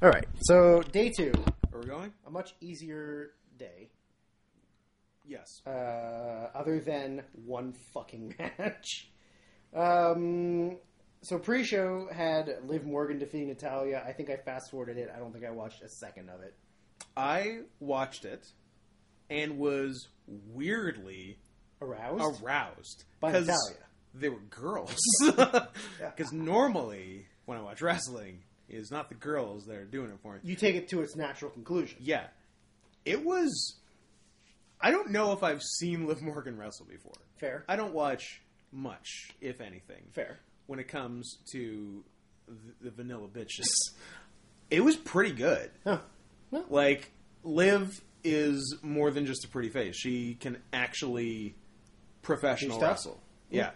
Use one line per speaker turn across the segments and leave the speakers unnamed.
All right. So day two,
Are we going?
a much easier day,
Yes.
uh, other than one fucking match. Um, so pre-show had Liv Morgan defeating Natalia. I think I fast-forwarded it. I don't think I watched a second of it.
I watched it and was weirdly
Aroused.
aroused
By
because
Natalia.
they were girls. Because normally when I watch wrestling, it's not the girls that are doing it for me.
you take it to its natural conclusion.
Yeah, it was. I don't know if I've seen Liv Morgan wrestle before.
Fair.
I don't watch much, if anything.
Fair.
When it comes to the, the vanilla bitches, it was pretty good.
Huh.
Like Liv is more than just a pretty face. She can actually professional
Do stuff?
wrestle. Yeah.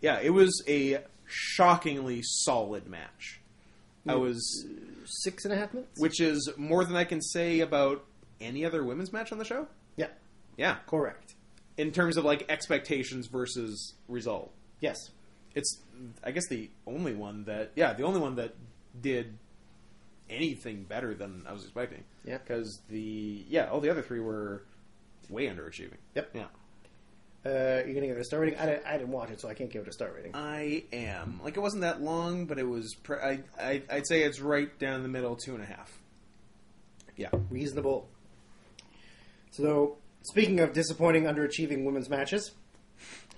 Yeah, it was a shockingly solid match.
Hmm.
I was
Six and a half minutes.
which is more than I can say about any other women's match on the show.
yeah.
Yeah.
Correct.
In terms of like expectations versus result.
Yes.
It's I guess the only one that yeah, the only one that did anything better than I was expecting.
Yeah.
Cuz the yeah, all the other three were way underachieving.
Yep.
Yeah.
Uh, you're gonna give it a star rating. I, di- I didn't watch it, so I can't give it a star rating.
I am. Like it wasn't that long, but it was pre- I, I I'd say it's right down the middle, two and a half. Yeah.
reasonable. So, speaking of disappointing, underachieving women's matches,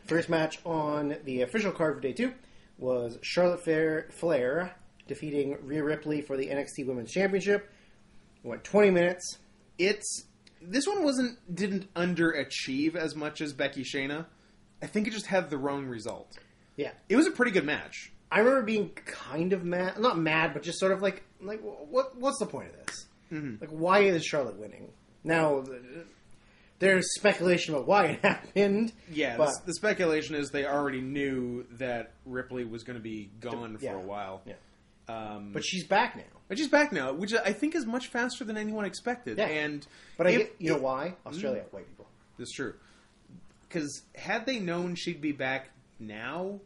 first match on the official card for day two was Charlotte Fair, Flair defeating Rhea Ripley for the NXT Women's Championship. It went 20 minutes.
it's this one wasn't didn't underachieve as much as Becky Shayna. I think it just had the wrong result.
Yeah.
It was a pretty good match.
I remember being kind of mad, not mad, but just sort of like, like what? What's the point of this?
Mm-hmm.
Like, why is Charlotte winning? Now, th- there's speculation about why it happened.
Yeah,
but
the, the speculation is they already knew that Ripley was going to be gone for
yeah.
a while.
yeah.
Um,
but she's back now.
but she's back now, which I think is much faster than anyone expected.
Yeah.
And
But I
if-
get, you know why? Australia, white people.
That's true. Because had they known she'd be back now,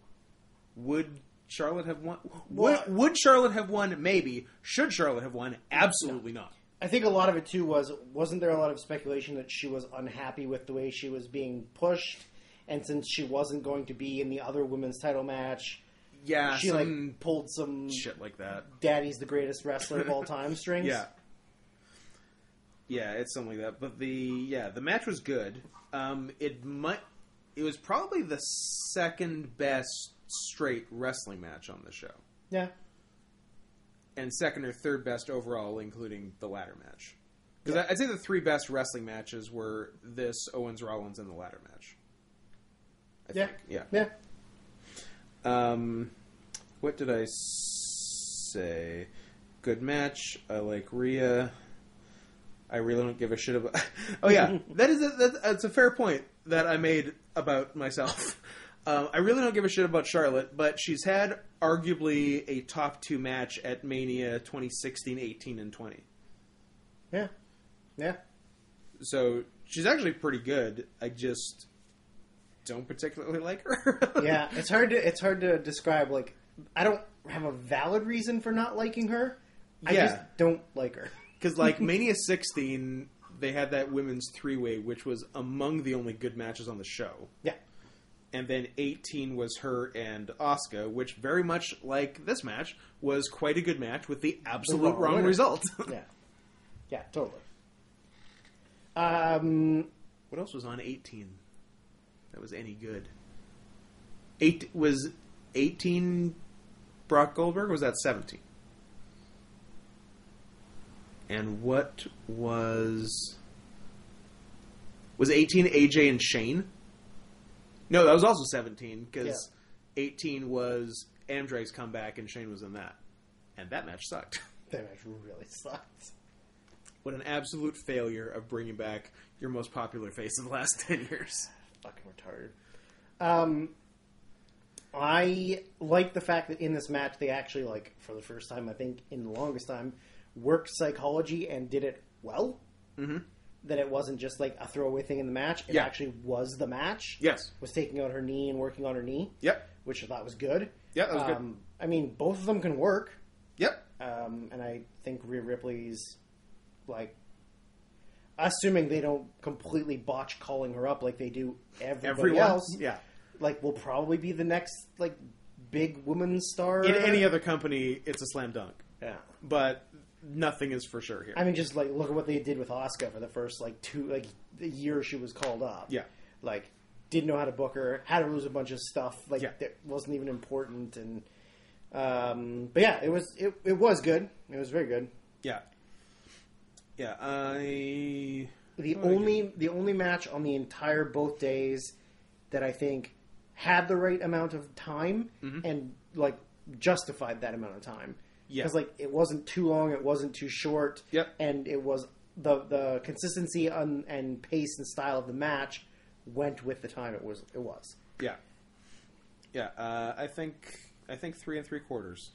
would Charlotte have won?
Well-
Would, would Charlotte have won? Maybe. Should Charlotte have won? Absolutely not.
I think a lot of it too was wasn't there a lot of speculation that she was unhappy with the way she was being pushed, and since she wasn't going to be in the other women's title match,
Yeah,
she
some
like pulled some
shit like that.
"Daddy's the greatest wrestler of all time" strings.
Yeah, yeah, it's something like that. But the yeah, the match was good. Um, it might, it was probably the second best straight wrestling match on the show,
yeah,
and second or third best overall, including the ladder match. Because I'd say the three best wrestling matches were this Owens Rollins and the ladder match. I
yeah,
think. yeah,
yeah.
Um, what did I s- say? Good match. I like Rhea. I really don't give a shit about. oh yeah, that is a, that's, that's a fair point that I made about myself. Um, I really don't give a shit about Charlotte, but she's had arguably a top two match at Mania 2016, 18, and 20.
yeah, yeah.
So she's actually pretty good. I just don't particularly like her.
yeah, it's hard to it's hard to describe. Like, I don't have a valid reason for not liking her. I
Yeah.
just don't like her.
Because like Mania 16, they had that women's three way, which was among the only good matches on the show.
Yeah,
And then 18 was her and Oscar, which very much like this match was quite a good match with the absolute
wrong
wrong
winner.
result.
yeah, yeah. Totally. Um.
what else was on 18? That was any good. Eight was 18 Brock Goldberg. Or was that 17? And what was was 18 AJ and Shane? No, that was also 17 because 18 was Amdrek's comeback and Shane was in that, and that match sucked.
That match really sucked.
What an absolute failure of bringing back your most popular face of the last 10 years.
Fucking retarded. Um, I like the fact that in this match they actually like for the first time I think in the longest time worked psychology and did it well. Mm-hmm. That it wasn't just like a throwaway thing in the match. It
Yeah.
actually was the match.
Yes.
was taking out her knee and working on her knee.
Yep.
which I thought was good.
Yeah, that was good.
I mean, both of them can work.
Yep.
Um, and I think Rhea Ripley's like assuming they don't completely botch calling her up like they do everybody
Everyone
else,
Yeah.
like will probably be the next like big woman star
In any other company, it's a slam dunk.
Yeah.
But nothing is for sure here.
I mean, just like look at what they did with Oscar for the first like two like the year she was called up.
yeah.
like didn't know how to book her, had her lose a bunch of stuff like
Yeah.
that wasn't even important, and um, but yeah, it was it, it was good. It was very good.
Yeah. Yeah. I.
The
Oh, I
only the only match on the entire both days that I think had the right amount of time and like justified that amount of time.
Mm-hmm. Yeah.
Because like it wasn't too long, it wasn't too short.
Yep.
And it was the the consistency on, and pace and style of the match went with the time it was it was.
Yeah. Yeah. Uh, I think. I think three and three quarters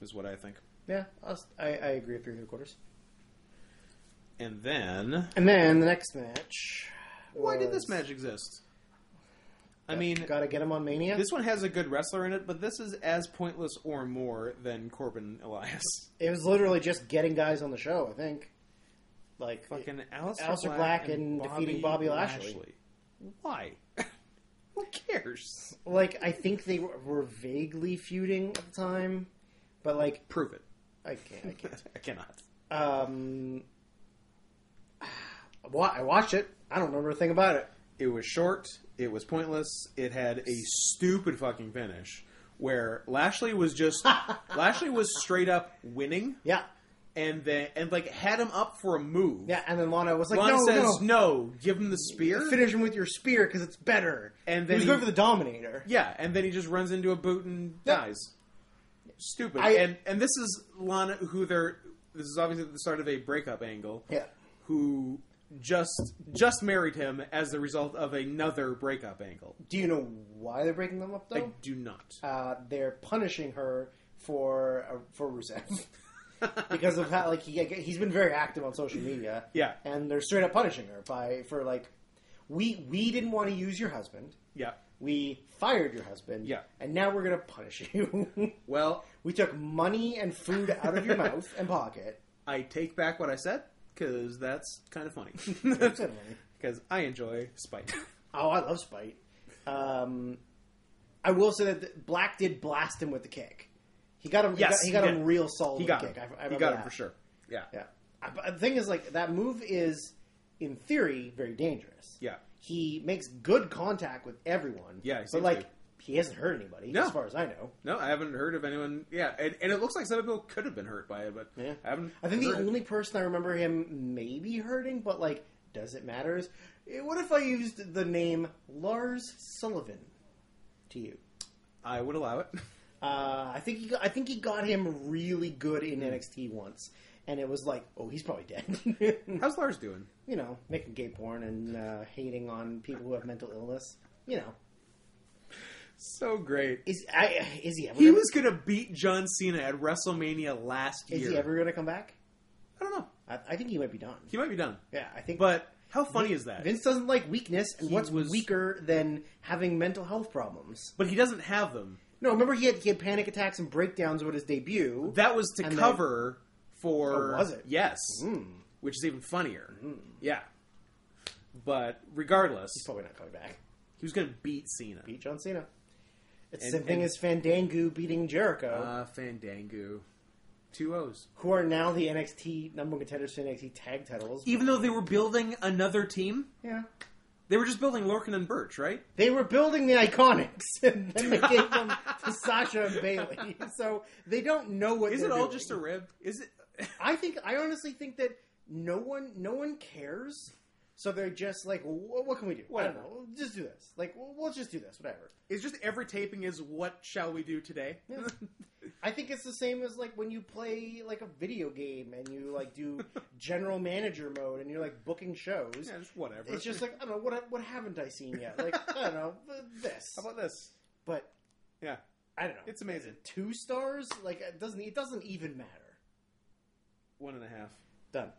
is what I think.
Yeah, I'll, s- I, I agree with three and three quarters.
And then.
And then the next match.
Why did this
was-
match exist? I mean,
Gotta get him on Mania.
this one has a good wrestler in it, but this is as pointless or more than Corbin Elias.
It was literally just getting guys on the show. I think, like
Fucking Alistair,
Aleister
Black,
Black and defeating Bobby Lashley.
Why? Who cares?
like I think they were, were vaguely feuding at the time, but like
Prove it.
I can't. I can't.
I cannot.
Um, I wa- I watched it. I don't remember a thing about it.
It was short. It was pointless. It had a stupid fucking finish where Lashley was just Lashley was straight up winning,
Yeah,
and then and like had him up for a move.
yeah. And then Lana was like,
Lana
"No,
says
no,
no. Give him the spear.
finish him with your spear because it's better."
And
he
then
was
he-
going for the Dominator.
Yeah, and then he just runs into a boot and
Yeah.
dies. Stupid.
I-
and and this is Lana, who they're. This is obviously the start of a breakup angle.
Yeah.
Who just just married him as the result of another breakup angle?
Do you know why they're breaking them up though?
I do not.
uh, they're punishing her for uh, for Rusev because of how like he he's been very active on social media.
Yeah.
and they're straight up punishing her by for like we we didn't want to use your husband.
Yeah.
We fired your husband.
Yeah.
and now we're gonna punish you.
Well,
we took money and food out of your mouth and pocket.
I take back what I said because that's kind of funny.
Suddenly.
Because I enjoy spite.
Oh, I love Spite. Um, I will say that th- Black did blast him with the kick. He got him. he
Yes,
got- he got,
he
him
did.
real solid.
he
with
got
the
him.
kick. I- I
he
remember
got him
that.
for sure. Yeah.
Yeah. I- but The thing is, like, that move is, in theory, very dangerous.
Yeah.
He makes good contact with everyone.
Yeah, he
But,
seems
like,
to.
he hasn't hurt anybody,
No.
as far as I know.
No, I haven't heard of anyone. Yeah, and, and it looks like some people could have been hurt by it, but
Yeah.
I haven't.
I think the
heard.
only person I remember him maybe hurting, but, like, does it matter? Is, eh, what if I used the name Lars Sullivan to you?
I would allow it.
Uh, I think he got, I think he got him really good in
Hmm.
NXT once, and it was like, oh, he's probably dead.
How's Lars doing?
you know, making gay porn and uh, hating on people who have mental illness. You know,
So great.
is I is he ever
He
gonna,
was gonna beat John Cena at WrestleMania last
is
year.
he ever going to come back?
I don't know.
I, I think he might be done.
He might be done.
Yeah, I think.
But how funny is that?
Vince doesn't like weakness, and
He
what's
was-
weaker than having mental health problems?
But he doesn't have them.
No, remember he had he had panic attacks and breakdowns with his debut.
That was to
And then-
cover for.
Oh, was it?
Yes. Which is even funnier. Yeah. But regardless,
He's probably not coming back.
he was gonna beat Cena.
Beat John Cena. It's the
And-
same thing
and-
as Fandango beating Jericho,
Uh, Fandango. Two O's.
who are now the NXT number one contenders for NXT tag titles.
Even though they were building another team,
Yeah.
they were just building Lorcan and Birch, right?
They were building the Iconics, and then they gave them to Sasha and Bailey. So they don't know what.
Is
they're
it all
doing.
just a rib? Is it?
I think I honestly think that no one, no one cares. So they're just like, "Wh- what can we do? I
Whatever.
don't know. Just do this. Like, we'll, we'll just do this. Whatever.
It's just every taping is what shall we do today?
Yeah. I think it's the same as like when you play like a video game and you like do general manager mode and you're like booking shows.
Yeah, just whatever.
It's just like I don't know what what haven't I seen yet? Like I don't know this,
how about this?
but
Yeah,
I don't know.
it's amazing.
two stars like it doesn't it doesn't even matter
One and a half.
done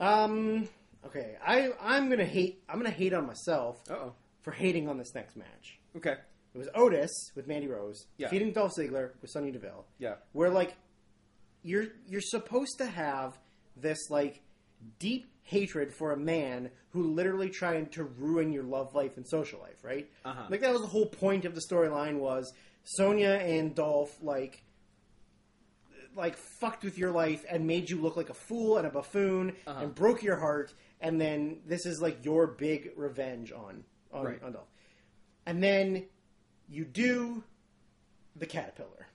um okay i i'm gonna hate i'm gonna hate on myself
Uh oh.
for hating on this next match
Okay.
It was Otis with Mandy Rose
Yeah.
defeating Dolph Ziggler with Sonya Deville.
Yeah.
where like you're you're supposed to have this like deep hatred for a man who literally tried to ruin your love life and social life, right?
Uh-huh.
Like that was the whole point of the storyline was Sonya and Dolph like like fucked with your life and made you look like a fool and a buffoon
Uh-huh.
and broke your heart and then this is like your big revenge on on,
Right.
on Dolph. And then you do the caterpillar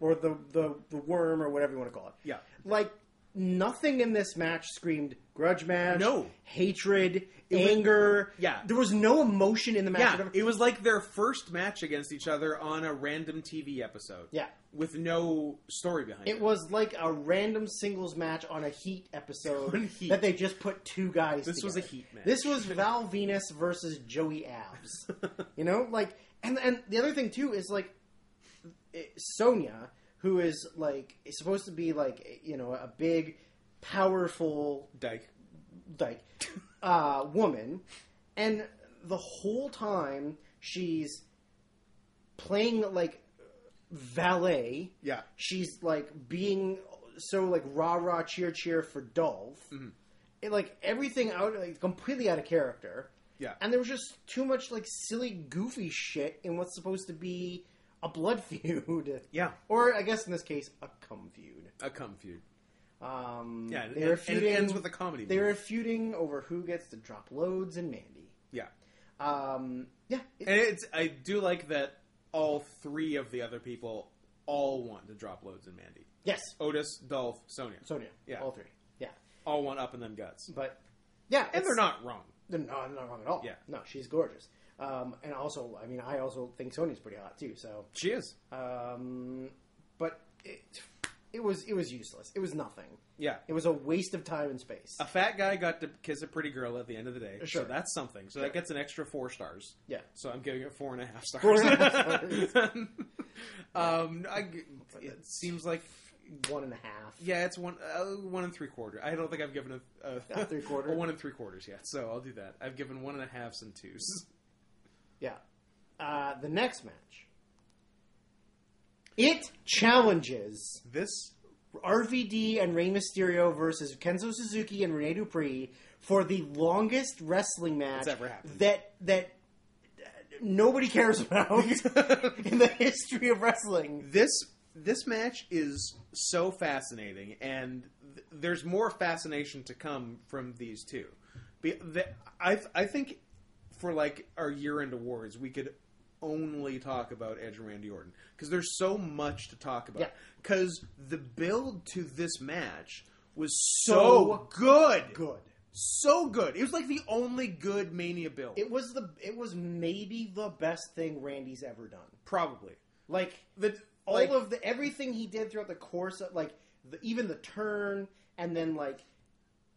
or the, the the worm or whatever you want to call it.
Yeah.
Like nothing in this match screamed grudge match,
No.
hatred,
was-
anger.
Yeah.
There was no emotion in the match.
Yeah, it was like their first match against each other on a random TV episode.
Yeah.
with no story behind it.
It was like a random singles match on a Heat episode
On Heat.
that they just put two guys.
This was
together.
a Heat match.
This was Val Venus versus Joey Abs. you know, like, and and the other thing too is like, it, Sonya, who is like is supposed to be like you know a big, powerful
Dyke.
like uh, woman, and the whole time she's playing like valet.
Yeah.
she's like being so like rah rah cheer cheer for Dolph.
Mm-hmm.
It, like everything out like completely out of character.
Yeah.
and there was just too much like silly goofy shit in what's supposed to be a blood feud.
Yeah.
or I guess in this case a cum feud.
A cum feud.
Um,
Yeah, and-
they were
and it
feuding,
ends with a comedy
They
move.
were feuding over who gets to drop loads in Mandy.
Yeah,
Um, yeah, it-
and it's I do like that all three of the other people all want to drop loads in Mandy.
yes,
Otis, Dolph, Sonia.
Sonia,
Yeah.
all three, yeah,
all want up and then guts,
but yeah,
and they're
it's-
not wrong.
They're not, they're not wrong at all.
Yeah.
no, she's gorgeous. Um, and also, I mean, I also think Sonia's pretty hot too. So,
She is.
um, but it, it was it was useless. It was nothing.
Yeah. Uh.
it was a waste of time and space.
a fat guy got to kiss a pretty girl at the end of the day.
Sure.
So that's something. So that gets an extra four stars.
Yeah.
So I'm giving it four and a half stars.
Four and a half
um, I g it seems like
One and a half.
yeah, it's one uh, one and three quarter. I don't think I've given a, a
Yeah, three quarter.
a one and three quarters yet. So I'll do that. I've given one and a halves and twos.
Yeah. Uh, the next match. It challenges
This
RVD and Rey Mysterio versus Kenzo Suzuki and Rene Dupree for the longest wrestling match
That's ever happened.
that that uh, nobody cares about in the history of wrestling.
this this match is so fascinating, and th- there's more fascination to come from these two. Be- the, I I think for like our year end awards, we could only talk about Edge and Randy Orton because there's so much to talk
Yeah.
about. Because the build to this match was
So
so, good,
Good.
so good. It was like the only good Mania build,
It was the it was maybe the best thing Randy's ever done.
probably.
Like
The
all
like-
of the everything he did throughout the course of like the, even the turn and then like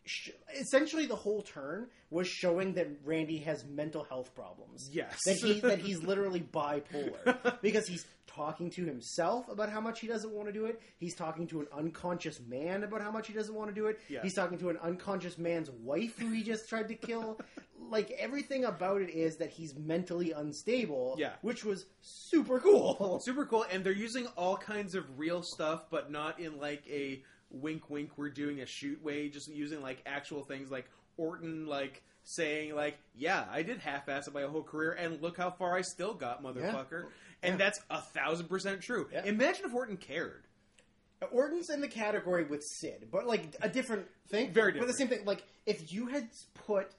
sh- essentially the whole turn was showing that Randy has mental health problems.
Yes.
that he that he's literally bipolar because he's talking to himself about how much he doesn't want to do it. He's talking to an unconscious man about how much he doesn't want to do it.
Yeah.
He's talking to an unconscious man's wife who he just tried to kill. like everything about it is that he's mentally unstable.
Yeah.
which was super cool.
super cool and they're using all kinds of real stuff but not in like a wink wink we're doing a shoot way just using like actual things like orton like saying like yeah i did half-ass it my whole career and look how far i still got motherfucker and that's a thousand percent true
Yeah.
imagine if orton cared
Orton's in the category with Sid, but like a different thing.
Very
But the same
different.
thing. Like if you had put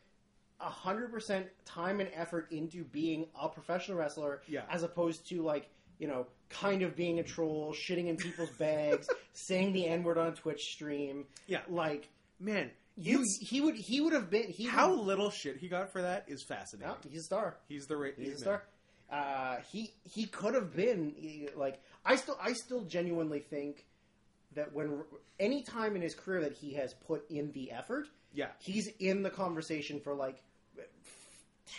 hundred percent time and effort into being a professional wrestler,
Yeah.
as opposed to like you know kind of being a troll, shitting in people's bags, saying the n word on a Twitch stream.
Yeah.
like
man
you,
you
he would he would have been he
how
would-
little shit he got for that is fascinating
no, he's a star.
he's the ra-
He's a star. Uh, he he could have been he- like I still I still genuinely think that when any time in his career that he has put in the effort,
Yeah.
he's in the conversation for like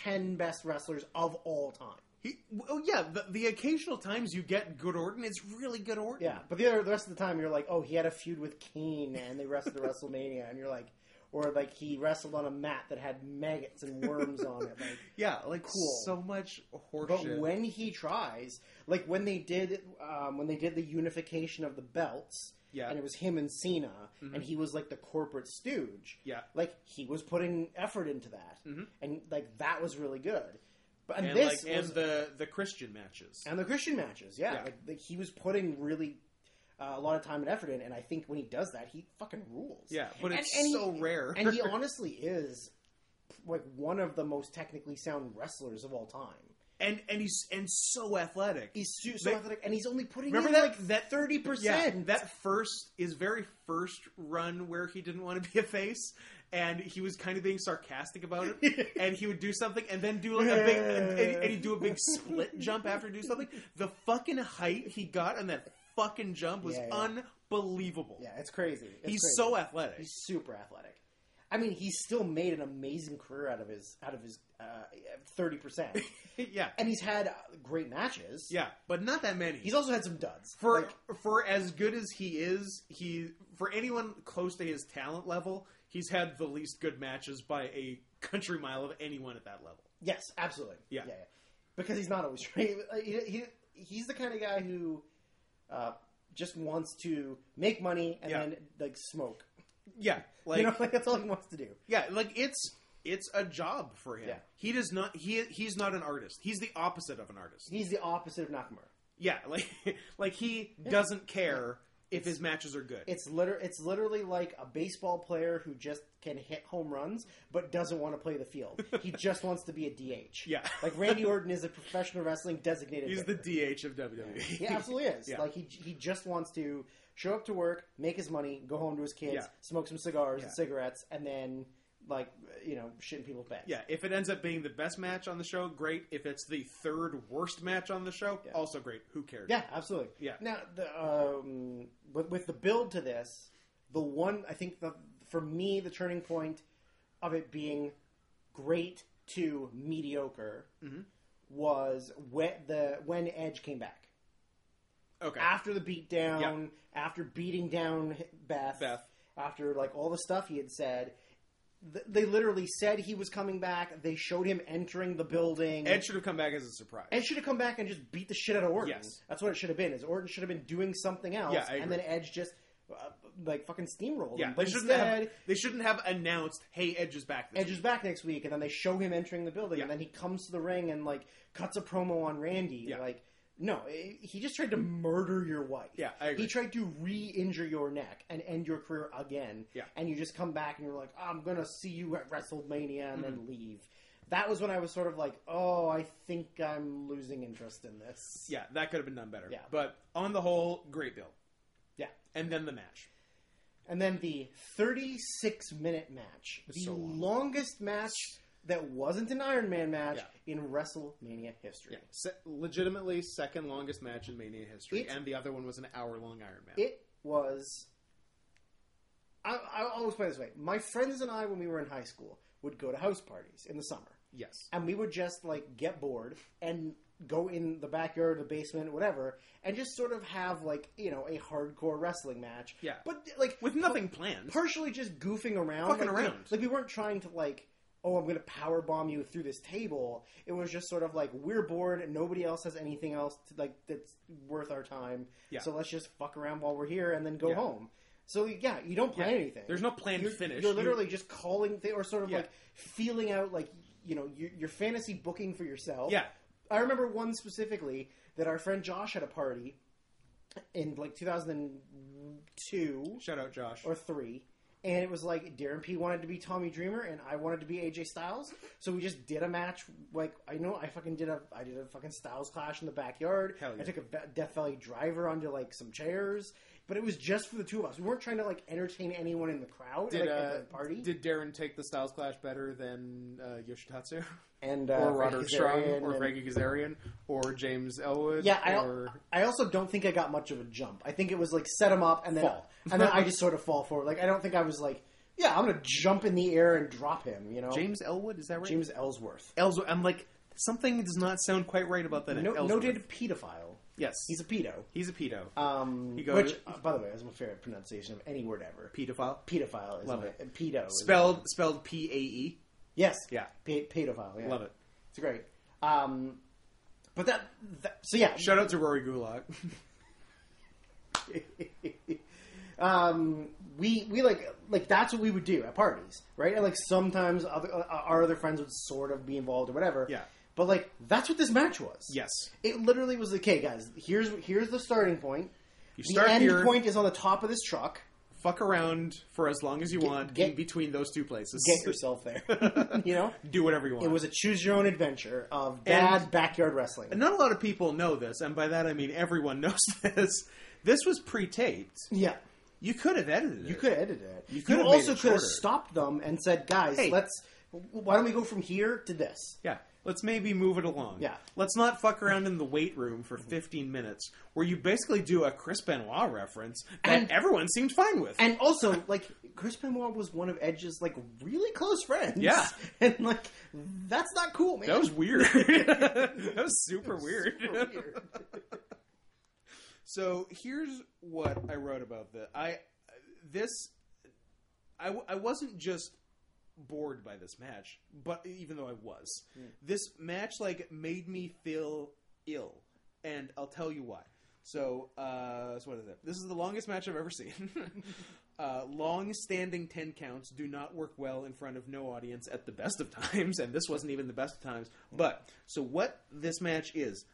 ten best wrestlers of all time.
he, oh yeah the, the occasional times you get good orton it's really good orton
Yeah, but the other the rest of the time you're like, oh, he had a feud with Kane and they wrestled at WrestleMania, and you're like, or like he wrestled on a mat that had maggots and worms on it. Like,
Yeah, like
Cool.
so much horseshit.
but when he tries, like when they did um, when they did the unification of the belts,
Yeah. Mm-hmm.
and it was him and Cena, and he was like the corporate stooge,
Yeah. Mm-hmm.
like he was putting effort into that, and like that was really good. But and,
and
this
like,
was,
and the the Christian matches.
and the Christian matches, yeah,
Yeah.
Like, like he was putting really uh, a lot of time and effort in, and I think when he does that, he fucking rules.
Yeah, but it's so rare.
and he honestly is like one of the most technically sound wrestlers of all time.
and and he's and so athletic.
He's so, so
They-
athletic, and he's only putting
Remember
in
that
like
that
thirty
Yeah,
percent.
that first his very first run where he didn't want to be a face, and he was kind of being sarcastic about it, and he would do something and then do like a big and, and- and he'd do a big split jump after he'd do something. The fucking height he got on that fucking jump was
Yeah, yeah.
unbelievable.
yeah, it's crazy. It's
he's
crazy.
so athletic.
he's super athletic. I mean, he's still made an amazing career out of his out of his uh, thirty percent,
yeah,
and he's had uh, great matches.
yeah, but not that many.
he's also had some duds.
for
Like,
for as good as he is, he for anyone close to his talent level, he's had the least good matches by a country mile of anyone at that level.
Yes, absolutely.
Yeah.
yeah, because he's not always right. He, he, he's the kind of guy who uh, just wants to make money and
Yeah.
then like smoke.
Yeah, like
you know, like that's all he wants to do.
yeah, like it's it's a job for him.
Yeah.
He does not he he's not an artist. He's the opposite of an artist.
He's the opposite of Nakamura.
Yeah, like like he doesn't care if his matches are good.
It's liter- it's literally like a baseball player who just can hit home runs but doesn't want to play the field. He just wants to be a DH.
Yeah.
Like Randy Orton is a professional wrestling designated.
he's the
hitter.
DH of E. WWE.
He absolutely is.
Yeah.
Like he he just wants to show up to work, make his money, go home to his kids,
Yeah.
smoke some cigars
Yeah.
and cigarettes, and then like you know shit in people's bed.
Yeah, if it ends up being the best match on the show, great. If it's the third worst match on the show,
Yeah.
also great. Who cares?
Yeah, absolutely.
Yeah.
Now, the, um, with, with the build to this, the one I think the for me the turning point of it being great to mediocre
Mm-hmm.
was when the when Edge came back
Okay.
after the beatdown, after beating down Beth,
Beth.
after like all the stuff he had said. th- They literally said he was coming back. They showed him entering the building.
Ed should have come back as a surprise.
Edge should have come back and just beat the shit out of Orton.
Yes.
That's what it should have been. Is Orton should have been doing something else,
Yeah, I
and then
agree.
Edge just uh, like fucking steamrolled.
yeah,
him.
they
But
shouldn't
instead,
have. They shouldn't have announced, "Hey, Edge is back." This
Edge is back next week, and then they show him entering the building,
Yeah.
and then he comes to the ring and like cuts a promo on Randy.
Yeah.
Like, no, i- he just tried to murder your wife.
Yeah, I agree.
he tried to re-injure your neck and end your career again.
Yeah.
and you just come back and you're like, I'm gonna see you at WrestleMania, and
Mm-hmm.
then leave. That was when I was sort of like, oh, I think I'm losing interest in this.
Yeah, that could have been done better.
Yeah.
But on the whole, great build.
yeah.
And then the match.
And then the 36 minute match. the
so long.
longest match that wasn't an Iron Man match
Yeah.
in WrestleMania history.
Se- legitimately, second longest match in Mania history.
It-
and the other one was an hour long Iron Man.
It was. I, I- I'll explain this way. My friends and I, when we were in high school, would go to house parties in the summer.
yes.
And we would just like get bored and go in the backyard, the basement, whatever, and just sort of have like, you know, a hardcore wrestling match.
Yeah.
But like
With nothing planned.
partially just goofing around,
Fucking
like, we-
around.
like we weren't trying to like, oh, I'm going to power bomb you through this table. It was just sort of like we're bored, and nobody else has anything else to, like that's worth our time.
Yeah.
So let's just fuck around while we're here, and then go
Yeah.
home. So yeah, you don't plan
Yeah.
anything.
There's no planned
You're-
finish.
You're
You-
literally just calling, th- or sort of
Yeah.
like feeling out, like you know, your, your fantasy booking for yourself.
Yeah.
I remember one specifically that our friend Josh had a party in like 2002
Shout out, Josh.
or three. And it was like Darren P wanted to be Tommy Dreamer and I wanted to be AJ Styles. So we just did a match. Like I know I fucking did a I did a fucking Styles clash in the backyard.
Hell yeah.
I took a Ve- Death Valley driver onto like some chairs, but it was just for the two of us. We weren't trying to like entertain anyone in the crowd
did,
like,
uh,
at the party.
did Darren take the Styles Clash better than uh, Yoshitatsu?
and uh,
or
Frankie
Roderick Strong?
Kazarian
Or
and-
Frankie Kazarian? Or James Elwood?
Yeah, I,
or...
I also don't think I got much of a jump. I think it was like set him up and then
Fall.
and then I just sort of fall forward. Like I don't think I was like, yeah, I'm gonna jump in the air and drop him. You know,
James Elwood? Is that right?
James Ellsworth.
Ellsworth. I'm like, something does not sound quite right about that.
No,
Ellsworth.
noted pedophile.
Yes.
He's a pedo.
He's a pedo.
Um,
He goes-
which, uh, by the way, is my favorite pronunciation of any word ever.
pedophile.
Pedophile is
Love
my,
it.
pedo. is-
Spelled spelled P A E.
yes,
Yeah.
Pe- pedophile. Yeah.
Love it.
It's great. Um, but that, that so yeah.
Shout out to Rory Gulak.
um, we we like like that's what we would do at parties, right? And like sometimes other uh, our other friends would sort of be involved or whatever.
Yeah.
But like that's what this match was.
yes.
It literally was like, okay, guys, here's here's the starting point.
You
The
start
end
here,
point is on the top of this truck.
fuck around for as long as you want
get-
in between those two places.
Get yourself there. you know,
Do whatever you want.
it was a choose your own adventure of dad
And-
backyard wrestling.
And not a lot of people know this, and by that I mean everyone knows this. This was pre-taped.
yeah,
You could have edited it.
you could have edited it. You,
could have made
also
it
could have
shorter.
stopped them and said, guys,
Hey.
let's. Why don't we go from here to this?
Yeah. Let's maybe move it along.
Yeah.
Let's not fuck around in the weight room for 15 minutes, where you basically do a Chris Benoit reference that
And-
everyone seemed fine with.
And also, like Chris Benoit was one of Edge's like really close friends.
Yeah.
and like that's not cool, man.
that was weird. that was super weird.
Super weird.
So here's what I wrote about this. I this I, w- I wasn't just bored by this match, but even though I was, this match like made me feel ill, and I'll tell you why. So, uh, so what is it? This is the longest match I've ever seen. uh, long-standing ten counts do not work well in front of no audience at the best of times, and this wasn't even the best of times. But so what this match is,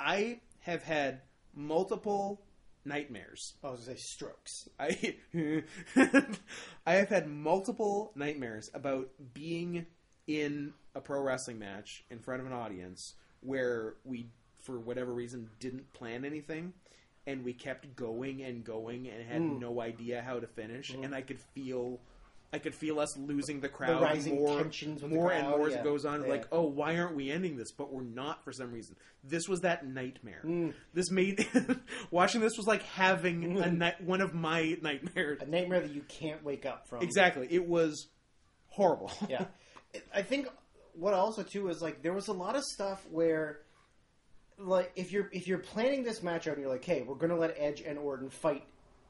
I have had multiple nightmares
I was gonna say strokes.
I I have had multiple nightmares about being in a pro wrestling match in front of an audience where we for whatever reason didn't plan anything and we kept going and going and had
Hmm.
no idea how to finish and I could feel I could feel us losing the crowd
rising
more,
tensions with the
more and
crowd,
more as
yeah.
it goes on.
Yeah.
Like, oh, why aren't we ending this? But we're not for some reason. This was that nightmare.
Mm.
This made watching this was like having
Mm.
a night, one of my nightmares.
A nightmare that you can't wake up from.
Exactly, it was horrible.
Yeah, I think what also too is like there was a lot of stuff where. Like if you're if you're planning this match out and you're like, hey, we're gonna let Edge and Orton fight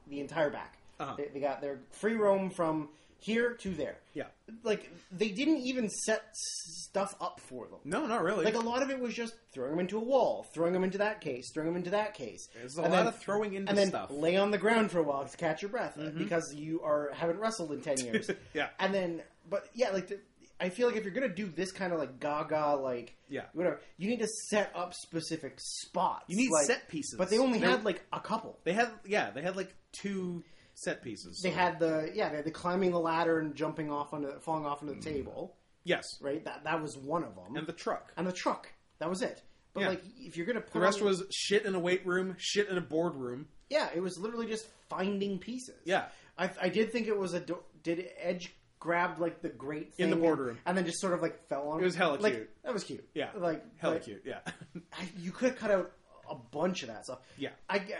the entire back.
Uh-huh.
They, they got their free roam from here to there.
Yeah.
like they didn't even set s- stuff up for them.
no, not really.
Like a lot of it was just throwing them into a wall, throwing them into that case, throwing them into that case.
There's a lot of throwing into
and then
stuff. Mm-hmm.
Lay on the ground for a while to catch your breath because you are haven't wrestled in ten years.
Yeah.
and then but yeah, like the, I feel like if you're gonna do this kind of like Gaga like
Yeah.
whatever, you need to set up specific spots.
you need
like-
set pieces,
but they only
They're-
had like a couple.
they had yeah they had like two set pieces.
They had the yeah, they had the climbing the ladder and jumping off onto falling off onto the table.
yes,
Right, that that was one of them,
Mm-hmm. and the truck.
and the truck. That was it. But
Yeah.
like, if you're gonna put
The rest
on-
was shit in a weight room, shit in a boardroom.
Yeah, it was literally just finding pieces.
Yeah.
I, I did think it was a. do- Did Edge grab like the great thing
In the
and-
boardroom.
and, then just sort of like fell on? It
was hella
like,
cute.
That was cute.
Yeah,
like
hella
like,
cute. Yeah,
I, you could have cut out a bunch of that stuff.
Yeah.
I g-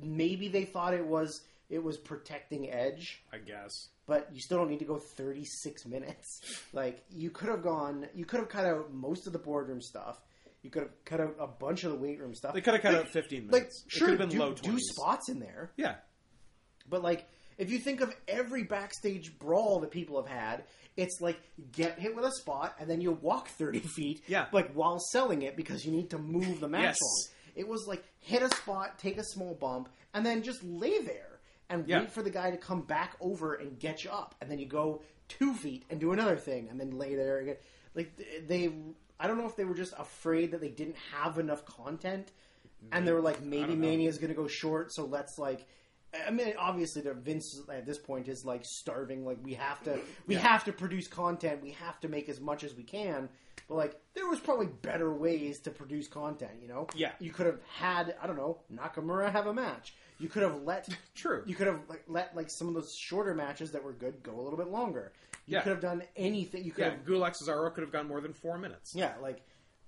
maybe they thought it was it was protecting Edge,
I guess.
but you still don't need to go thirty six minutes. Like you could have gone, you could have cut out most of the boardroom stuff. You could have cut out a bunch of the weight room stuff.
They could have cut
Like-
out 15
like
minutes.
sure,
it could have been
do,
low
do
20s.
spots in there,
Yeah.
but like if you think of every backstage brawl that people have had, it's like get hit with a spot and then you walk thirty feet,
Yeah.
like while selling it because you need to move the match
Yes.
along. It was like hit a spot, take a small bump, and then just lay there and
Yeah.
wait for the guy to come back over and get you up, and then you go two feet and do another thing, and then lay there again. Like th- they, I don't know if they were just afraid that they didn't have enough content, and they were like, maybe
know.
Mania is going to go short, so let's like. I mean, obviously, the Vince at this point is like starving. Like we have to, we have to produce content. We have to make as much as we can. But like, there was probably better ways to produce content. You know?
Yeah.
You could have had, I don't know, Nakamura have a match. You could have let
True.
You could have like, let like some of those shorter matches that were good go a little bit longer. You
Yeah.
could have done anything. You could
Yeah,
have
Gulak Cesaro could have gone more than four minutes.
yeah, like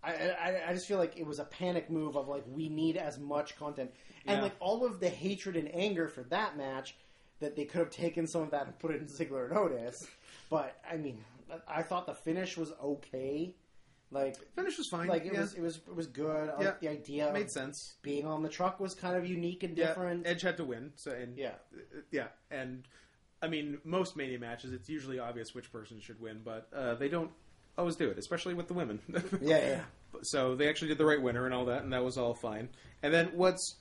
I, I, I just feel like it was a panic move of like we need as much content, and
Yeah.
like all of the hatred and anger for that match that they could have taken some of that and put it in Ziggler and Otis. But I mean, I thought the finish was okay. Like,
Finish was fine.
like it
yeah.
was, it was, it was good. I
Yeah.
liked the idea of
made sense.
being on the truck was kind of unique and
Yeah,
different.
Edge had to win. So and
Yeah.
uh, yeah, and I mean most mania matches, it's usually obvious which person should win, but uh, they don't always do it, especially with the women.
yeah, yeah.
So they actually did the right winner and all that, and that was all fine. And then what's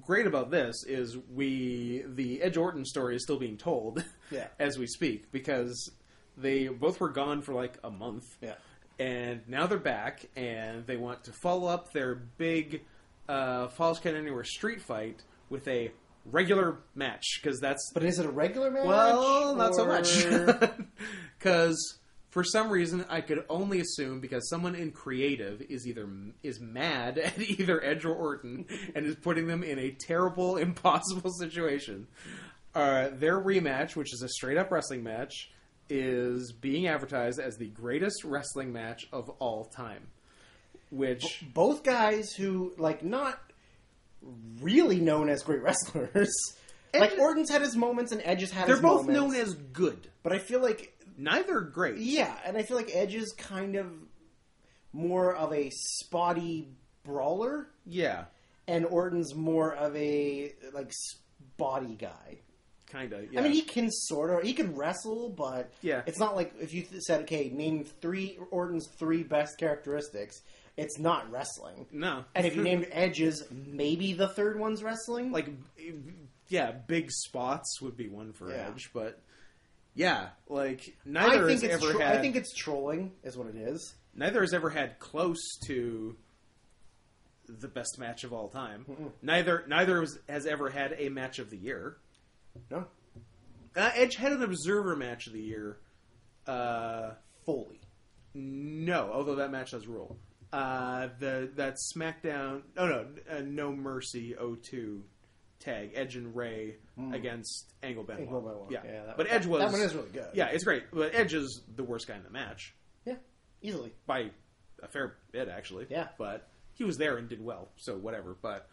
great about this is we the Edge Orton story is still being told
Yeah.
as we speak because they both were gone for like a month.
Yeah.
And now they're back, and they want to follow up their big uh, Falls Count Anywhere street fight with a regular match because that's
But is it a regular match?
well, not so
or-
much. Because for some reason, I could only assume because someone in creative is either is mad at either Edge or Orton and is putting them in a terrible, impossible situation. Uh, their rematch, which is a straight up wrestling match, is being advertised as the greatest wrestling match of all time. Which
both guys who like not really known as great wrestlers. like
Edge-
Orton's had his moments and Edge has had
they're
his
both
moments.
known as good.
But I feel like
Neither great.
yeah, and I feel like Edge is kind of more of a spotty brawler
Yeah,
and Orton's more of a like spotty guy.
kind of.
I mean, he can sort of he can wrestle, but
Yeah.
it's not like if you th- said, "Okay, name three Orton's three best characteristics." It's not wrestling.
no.
And if you named edges, maybe the third one's wrestling.
like yeah, big spots would be one for
Yeah.
Edge, but yeah, like
I
neither
think
has
it's
ever
tro-
had
I think it's trolling is what it is.
neither has ever had close to the best match of all time. Neither neither has- has ever had a match of the year.
No,
Uh, Edge had an observer match of the year. Uh,
Foley.
no, although that match does rule. Uh, the that SmackDown, oh no, uh, No Mercy 02 tag Edge and Ray against Angle Benoit.
Hmm. Angle Benoit,
Yeah,
yeah, that-
but Edge
that-
was
that one is really good.
Yeah, it's great, but Edge is the worst guy in the match
Yeah, easily.
by a fair bit actually.
Yeah.
but he was there and did well, so whatever. But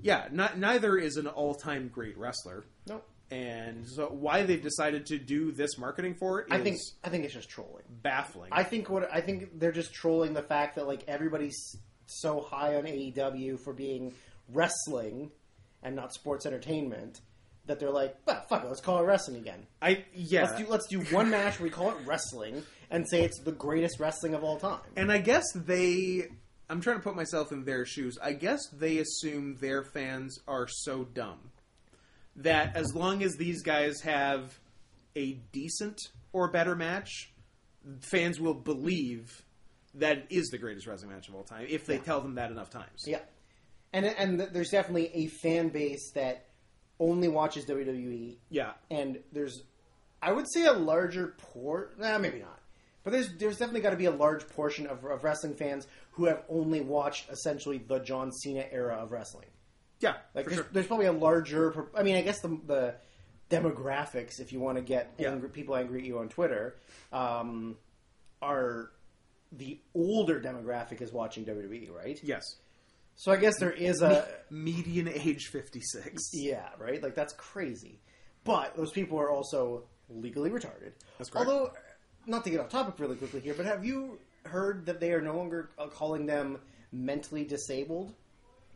yeah, not, neither is an all-time great wrestler.
No,
And so, why they've decided to do this marketing for it is
I think I think it's just trolling.
baffling.
I think what I think they're just trolling the fact that like everybody's so high on AEW for being wrestling and not sports entertainment that they're like, well, fuck it, let's call it wrestling again.
I yeah.
Let's do let's do one match. where We call it wrestling and say it's the greatest wrestling of all time.
And I guess they. I'm trying to put myself in their shoes. I guess they assume their fans are so dumb that as long as these guys have a decent or better match, fans will believe that it is the greatest wrestling match of all time if they tell them that enough times.
Yeah, and and there's definitely a fan base that only watches E WWE,
Yeah.
and there's, I would say, a larger port. Nah, maybe not. But there's there's definitely got to be a large portion of, of wrestling fans who have only watched essentially the John Cena era of wrestling.
Yeah.
Like
for
there's,
sure.
there's probably a larger. pro- I mean, I guess the the demographics, if you want to get
Yeah.
angry, people angry at you on Twitter, um, are the older demographic is watching WWE, right?
Yes.
So I guess there is a
Median age 56.
yeah, right? Like that's crazy. But those people are also legally retarded.
That's correct.
Although, not to get off topic really quickly here, but have you heard that they are no longer uh, calling them mentally disabled?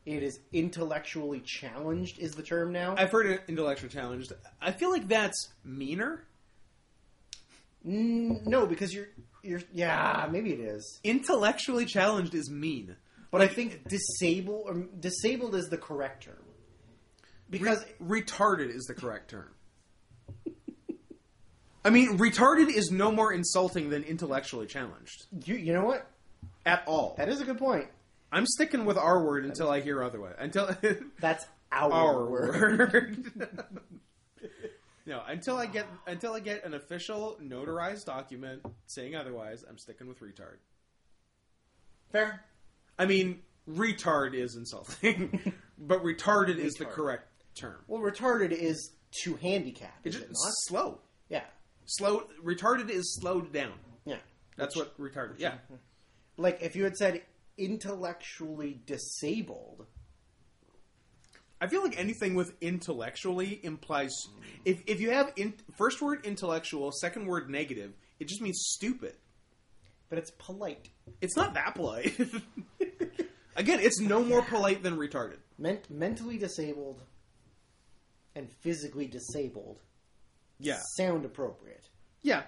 It is intellectually challenged is the term now.
I've heard it intellectual challenged. I feel like that's meaner.
Mm, no, because you're you're yeah, maybe it is.
Intellectually challenged is mean.
But I think disabled or disabled is the correct term. Because
retarded is the correct term. I mean, retarded is no more insulting than intellectually challenged
you you know what?
at all.
That is a good point.
I'm sticking with our word until I hear otherwise. Until
That's our,
our
word.
word. no, until I get until I get an official notarized document saying otherwise, I'm sticking with retard.
Fair.
I mean, retard is insulting, but retarded is the
Retard.
correct term.
Well, retarded is to handicap, is
It's
it
just
not?
slow.
Yeah,
Slow retarded is slowed down.
yeah.
That's what retarded. Yeah.
Mm-hmm. Like if you had said intellectually disabled,
I feel like anything with intellectually implies if if you have in, first word intellectual, second word negative, it just means stupid.
but it's polite.
It's not that polite. Again, it's no more polite than retarded.
Ment- mentally disabled and physically disabled
Yeah.
sound appropriate
Yeah.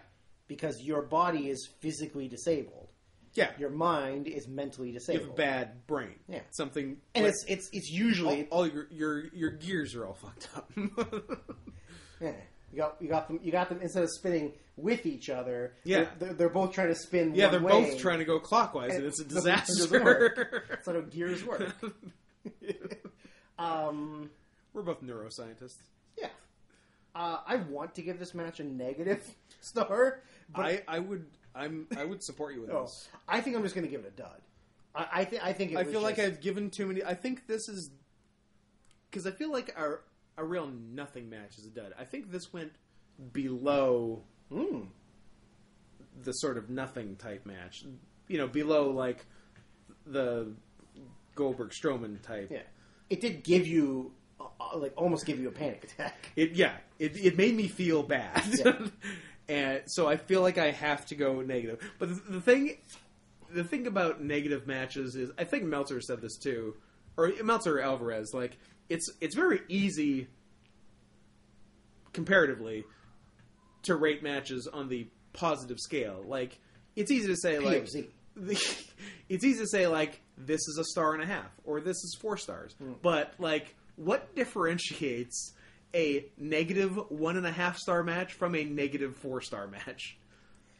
because your body is physically disabled.
Yeah.
Your mind is mentally
you
disabled.
have a bad brain.
Yeah.
Something.
and
like-
it's it's it's usually
all Oh, your, your your gears are all fucked up. Oh.
Yeah. You got you got them you got them instead of spinning with each other.
Yeah.
they're, they're, they're both trying to spin.
yeah,
one
they're
way.
both trying to go clockwise, and it's a
It doesn't- it doesn't work.
disaster.
That's not how gears work. um,
We're both neuroscientists.
yeah, uh, I want to give this match a negative star, but
I, I would I'm I would support you with
no,
this.
I think I'm just going to give it a dud. I I, th- I think it
I
was
feel like
just-
I've given too many. I think this is because I feel like our a real nothing match is a dud. I think this went below Hmm. the sort of nothing type match. You know, below like the Goldberg Strowman type.
yeah, it did give you uh, uh, like almost give you a panic attack.
It yeah, it it made me feel bad,
Yeah.
and so I feel like I have to go negative. But the, the thing, the thing about negative matches is, I think Meltzer said this too, or Meltzer or Alvarez. Like it's it's very easy, comparatively, to rate matches on the positive scale. Like it's easy to say like
POC.
it's easy to say like this is a star and a half or this is four stars but like what differentiates a negative one and a half star match from a negative four star match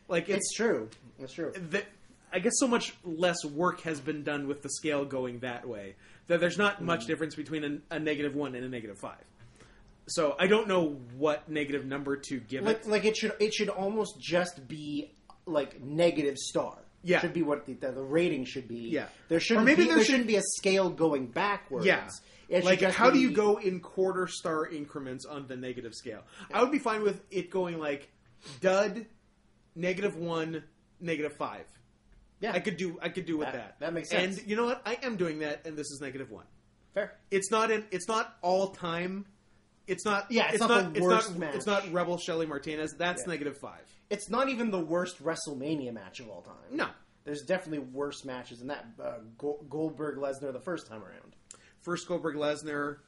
like
It's
it's
true. It's true.
that i guess so much less work has been done with the scale going that way that there's not
Mm.
much difference between a, a negative one and a negative five so i don't know what negative number to give
like
it
like it should it should almost just be like negative star.
Yeah.
should be what the, the, the rating should be.
Yeah.
there shouldn't
Or maybe
be,
there
there
should-
shouldn't be a scale going backwards.
Yeah.
It should
like,
just
how do
be-
you go in quarter star increments on the negative scale? I would be fine with it going like dud, negative one, negative five.
Yeah,
I could do I could do with
That-
that.
that makes sense.
And you know what? I am doing that, and this is negative one.
fair.
It's not in. It's not all time. It's not.
Yeah, it's not the
it's
worst
not.
match.
It's not Rebel Shelly Martinez. That's
Yeah.
negative five.
It's not even the worst WrestleMania match of all time.
No.
there's definitely worse matches than that. Uh, Go- Goldberg Lesnar the first time around.
First Goldberg Lesnar,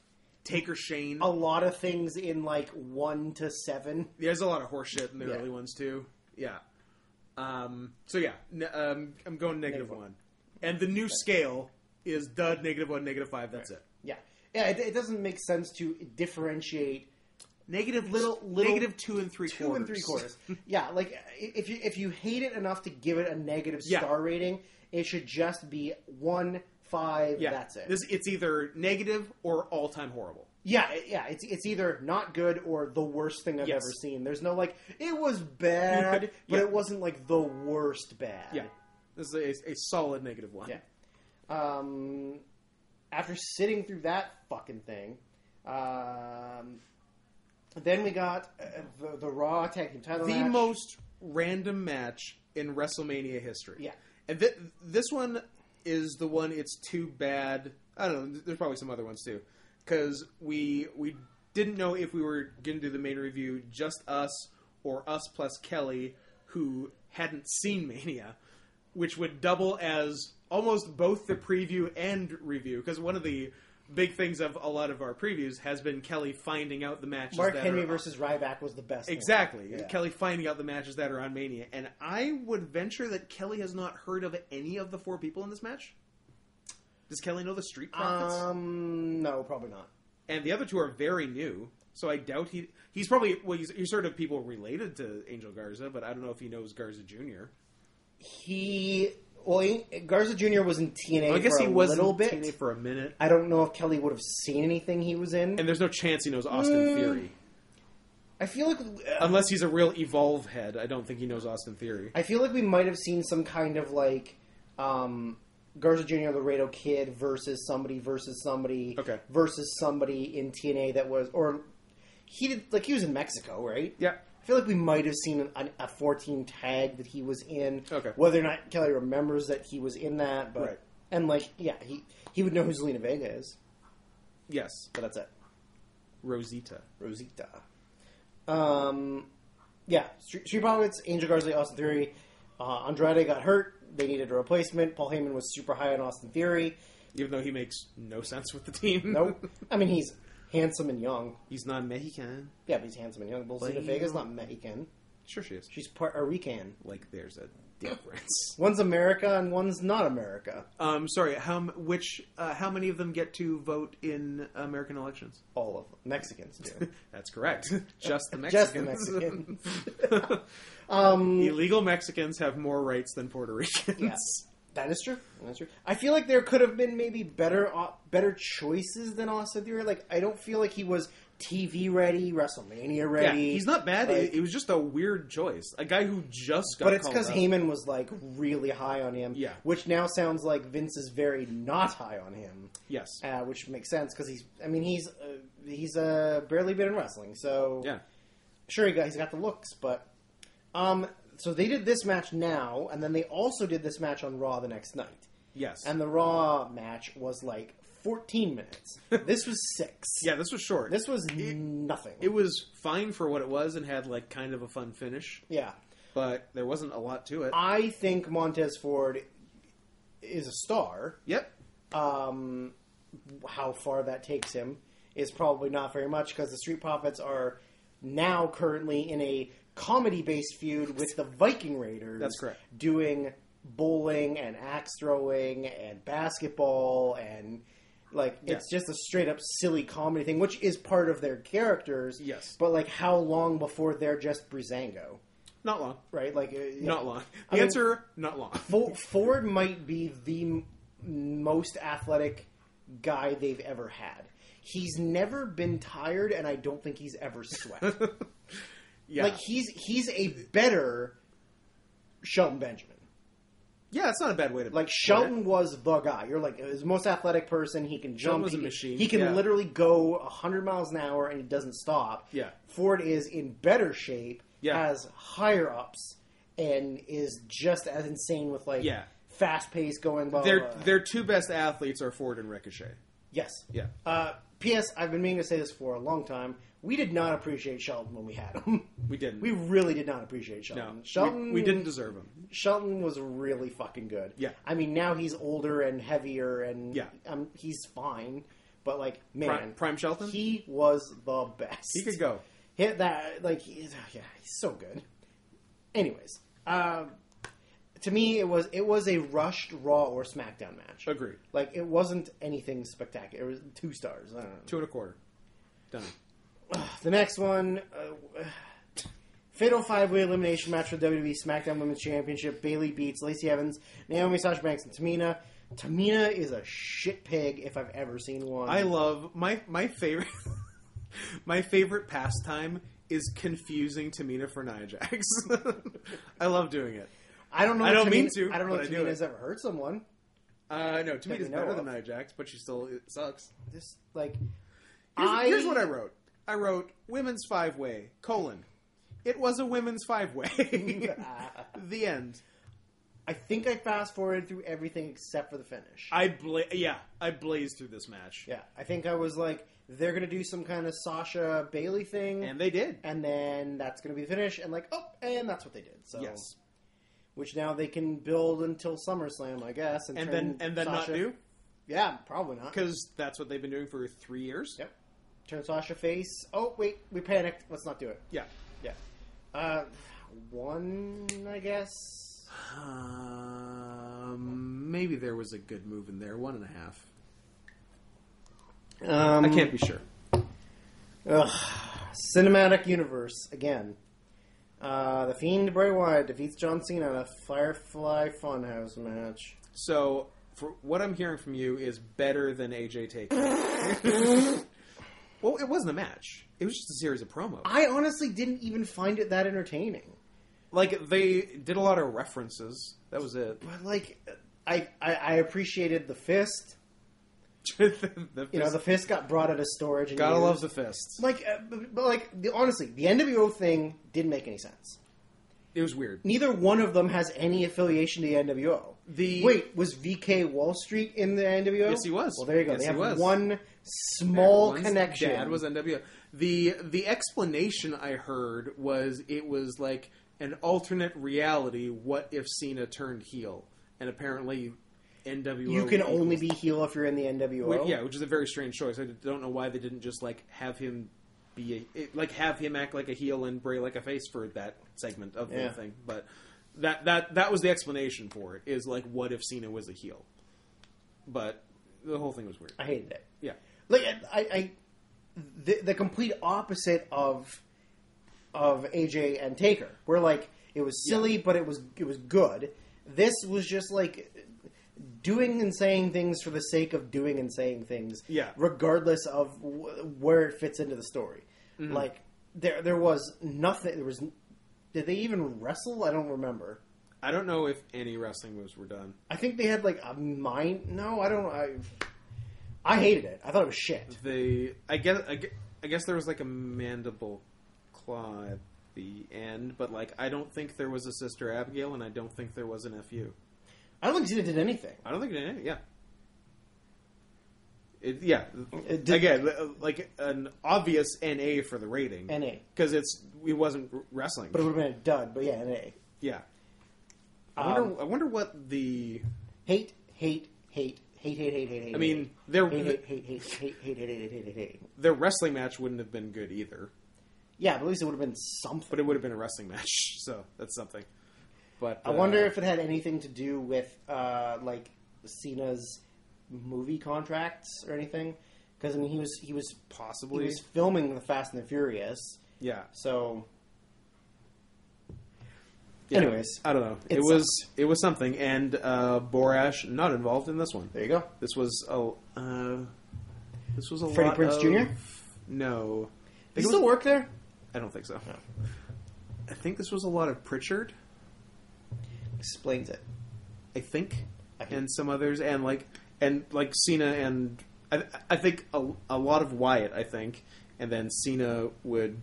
Taker Shane.
A lot of things in like one to seven.
There's a lot of horseshit in the
Yeah.
early ones too. Yeah. Um, so yeah, ne- um, I'm going negative
Negative one.
one. and the new scale is dud negative one negative five. That's it.
Yeah, yeah. It, it doesn't make sense to differentiate
Negative
Little- little-
negative two and three
two
quarters.
and three quarters. yeah, like i- if you if you hate it enough to give it a negative
Yeah.
star rating, it should just be one five.
yeah,
that's it.
This it's either negative or all time horrible.
yeah, it- yeah. It's it's either not good or the worst thing I've
Yes.
ever seen. There's no like it was bad,
Yeah.
but it wasn't like the worst bad.
Yeah, this is a, a solid negative one.
yeah. Um, after sitting through that fucking thing, um, then we got uh, the the Raw Tag Team Title
the
match.
most random match in WrestleMania history.
Yeah.
and th- this one is the one. It's too bad. I don't know. There's probably some other ones too, because we we didn't know if we were going to do the main review just us or us plus Kelly, who hadn't seen Mania, which would double as almost both the preview and review. Because one of the big things of a lot of our previews has been Kelly finding out the matches.
Mark
that
Henry
are-
versus Ryback was the best. one.
Exactly.
Yeah.
Kelly finding out the matches that are on Mania. And I would venture that Kelly has not heard of any of the four people in this match. Does Kelly know the Street Profits?
Um, no, probably not.
and the other two are very new, so I doubt he. He's probably. Well, he's, he's heard of people related to Angel Garza, but I don't know if he knows Garza Jr.
He well, he, Garza Jr. was in TNA.
I guess
for
he
a
was in
little bit.
TNA for a minute.
I don't know if Kelly would have seen anything he was in.
And there's no chance he knows Austin
Mm.
Theory.
I feel like uh,
Unless he's a real Evolve head, I don't think he knows Austin Theory.
I feel like we might have seen some kind of like um, Garza Jr. Laredo Kid versus somebody versus somebody
Okay.
versus somebody in TNA that was or he did like he was in Mexico, right?
Yeah.
I feel like we might have seen an, an, a 14 tag that he was in.
Okay.
Whether or not Kelly remembers that he was in that, but
Right.
and like yeah, he he would know who Zelina Vega is,
Yes.
but that's it.
Rosita.
Rosita. Um, yeah, Street, Street Profits, Angel Garza, Austin Theory, Uh, Andrade got hurt. They needed a replacement. Paul Heyman was super high on Austin Theory.
Even though he makes no sense with the team.
Nope. I mean, he's handsome and young.
He's not Mexican.
Yeah, but he's handsome and young. Bullsita
Well-
Vega's not Mexican.
Sure she is.
She's Puerto Rican.
Like there's a difference.
One's America and one's not America.
um, sorry. How m- which uh, how many of them get to vote in American elections?
All of them. Mexicans do.
That's correct. Just the
Just the
Mexicans.
Mexicans.
um, Illegal Mexicans have more rights than Puerto Ricans.
Yeah. That is true. That's true. I feel like there could have been maybe better op- better choices than Austin Theory. Like I don't feel like he was TV ready, WrestleMania
Yeah,
ready.
he's not bad.
Like-
it, it was just a weird choice. A guy who just got
but it's
called
because
up.
Heyman was like really high on him.
Yeah.
Which now sounds like Vince is very not high on him,
Yes.
uh, which makes sense because he's. I mean, he's uh, he's uh, barely been in wrestling, so
Yeah.
sure he got he's got the looks, but um. So they did this match now, and then they also did this match on Raw the next night.
Yes.
and the Raw match was like 14 minutes. This was six.
yeah, this was short.
This was nothing.
it was fine for what it was and had like kind of a fun finish,
yeah.
but there wasn't a lot to it.
I think Montez Ford is a star.
yep.
Um, how far that takes him is probably not very much because the Street Profits are now currently in a comedy based feud with the Viking Raiders.
That's correct.
Doing bowling and axe throwing and basketball and like it's just a straight up silly comedy thing, which is part of their characters.
Yes.
But like, how long before they're just Brizango,
Not long.
right? Like, uh, yeah.
Not long.
I
The
mean-
answer, not long.
Fo- Ford might be the m- most athletic guy they've ever had. He's never been tired, and I don't think he's ever sweat.
Yeah.
Like he's he's a better Shelton Benjamin.
yeah, it's not a bad way to
Like
put
Shelton
it.
was the guy. You're like his most athletic person. He can jump.
was
he
a
can,
machine,
He can
yeah.
literally go hundred miles an hour and he doesn't stop.
Yeah.
Ford is in better shape.
Yeah.
Has higher ups and is just as insane with like
Yeah.
fast pace going. Blah, blah,
Their
blah.
their two best athletes are Ford and Ricochet.
Yes.
Yeah.
Uh, P.S. I've been meaning to say this for a long time. We did not appreciate Shelton when we had him.
We didn't.
We really did not appreciate Shelton.
no. We-
Shelton.
we didn't deserve them.
Shelton was really fucking good.
Yeah.
I mean, now he's older and heavier, and
Yeah.
um, he's fine. But like, man,
Prime, Prime Shelton?
he
He,
was the best.
could go.
Hit that, like, he's, yeah, he's so good. Anyways, um, to me, it was it was a rushed Raw or SmackDown match.
Agreed.
Like, it wasn't anything spectacular. It was two stars. I don't know.
Two and a quarter. Done.
The next one, uh, fatal five way elimination match for WWE SmackDown Women's Championship. Bailey beats Lacey Evans, Naomi, Sasha Banks, and Tamina. Tamina is a shit pig if I've ever seen one.
I love my my favorite my favorite pastime is confusing Tamina for Nia Jax. I love doing it.
I don't know.
I
if
don't
Tamina-
mean to,
I don't know
but
if
I do
Tamina's
it.
ever hurt someone.
Uh, no,
we
Tamina's
know
better
of.
than Nia Jax, but she still it sucks.
This like,
Here's,
I
here's what I wrote. I wrote women's five way colon. It was a women's five way. the end.
I think I fast forwarded through everything except for the finish.
I bla- yeah, I blazed through this match.
yeah, I think I was like, they're gonna do some kind of Sasha Bailey thing,
And they did.
and then that's gonna be the finish, and like, oh, and that's what they did. So
yes.
which now they can build until SummerSlam, I guess,
And
turn
then and then
Sasha-
not do
Yeah, probably not.
cuz that's what they've been doing for 3 years.
Yep. Turn Sasha face. Oh wait, we panicked. Let's not do it.
Yeah.
Yeah. Uh, one, I guess.
Um, maybe there was a good move in there. One and a half.
Um,
I can't be sure.
Ugh. Cinematic universe again. Uh, the Fiend Bray Wyatt defeats John Cena in a Firefly Funhouse match.
So, for what I'm hearing from you is better than AJ Taker. well, it wasn't a match. It was just a series of promos.
I honestly didn't even find it that entertaining.
Like they did a lot of references. That was it.
But like, I I, I appreciated the fist.
the, the
You know, the fist got brought out of storage. And
gotta
used.
love the fists.
Like, uh, but, but like, the, honestly, the NWO thing didn't make any sense.
It was weird.
Neither one of them has any affiliation to the NWO.
The-
wait was VK Wall Street in the NWO?
Yes, he was.
Well, there you go.
Yes,
they
he
have
was.
one small
One's
connection.
Dad was NWO. the the explanation I heard was it was like an alternate reality. What if Cena turned heel? And apparently, NWO
You can
equals-
only be heel if you're in the NWO.
Wait, yeah, which is a very strange choice. I don't know why they didn't just like have him be a, it- like have him act like a heel and Bray like a face for that segment of
Yeah.
the thing. But that that that was the explanation for it is like what if Cena was a heel? But the whole thing was weird.
I hated it.
Yeah.
Like I, I the, the complete opposite of of AJ and Taker. Where like it was silly, but it was it was good. This was just like doing and saying things for the sake of doing and saying things.
Yeah.
regardless of wh- where it fits into the story.
Mm-hmm.
Like there, there was nothing. There was. Did they even wrestle? I don't remember.
I don't know if any wrestling moves were done.
I think they had like a mind. No, I don't. I, I hated it. I thought it was shit.
They I guess I guess, I guess there was like a mandible claw at the end, but like I don't think there was a Sister Abigail and I don't think there was an FU.
I don't think Cena did anything.
I don't think it did. Yeah. It, yeah.
It did-
Again, uh, like an obvious NA for the rating.
NA.
Because it's it wasn't r- wrestling.
But it would have been a dud. But yeah, an A.
yeah. I
Um,
wonder. I wonder what the.
Hate, hate, hate, hate, hate, hate, hate, hate.
I mean,
hate.
their
hate, hate, hate, hate, hate, hate, hate, hate, hate, hate, hate.
their wrestling match wouldn't have been good either,
Yeah, but at least it would have been something.
but it would have been a wrestling match, so that's something. But uh,
I wonder if it had anything to do with uh, like Cena's movie contracts or anything. Because I mean, he was he was possibly he was filming the Fast and the Furious.
Yeah.
So,
Yeah.
anyways,
I don't know. It,
It
was it was something, and uh, Borash not involved in this one.
there you go.
This was a uh, this was a
Freddie
lot
Prinze
of-
Jr.? Does
No, I
he
think, it was,
still work there?
I don't think so. I think this was a lot of Pritchard.
Explains it.
I think,
I think-
and some others, and like and like Cena and I, I think a, a lot of Wyatt. I think, and then Cena would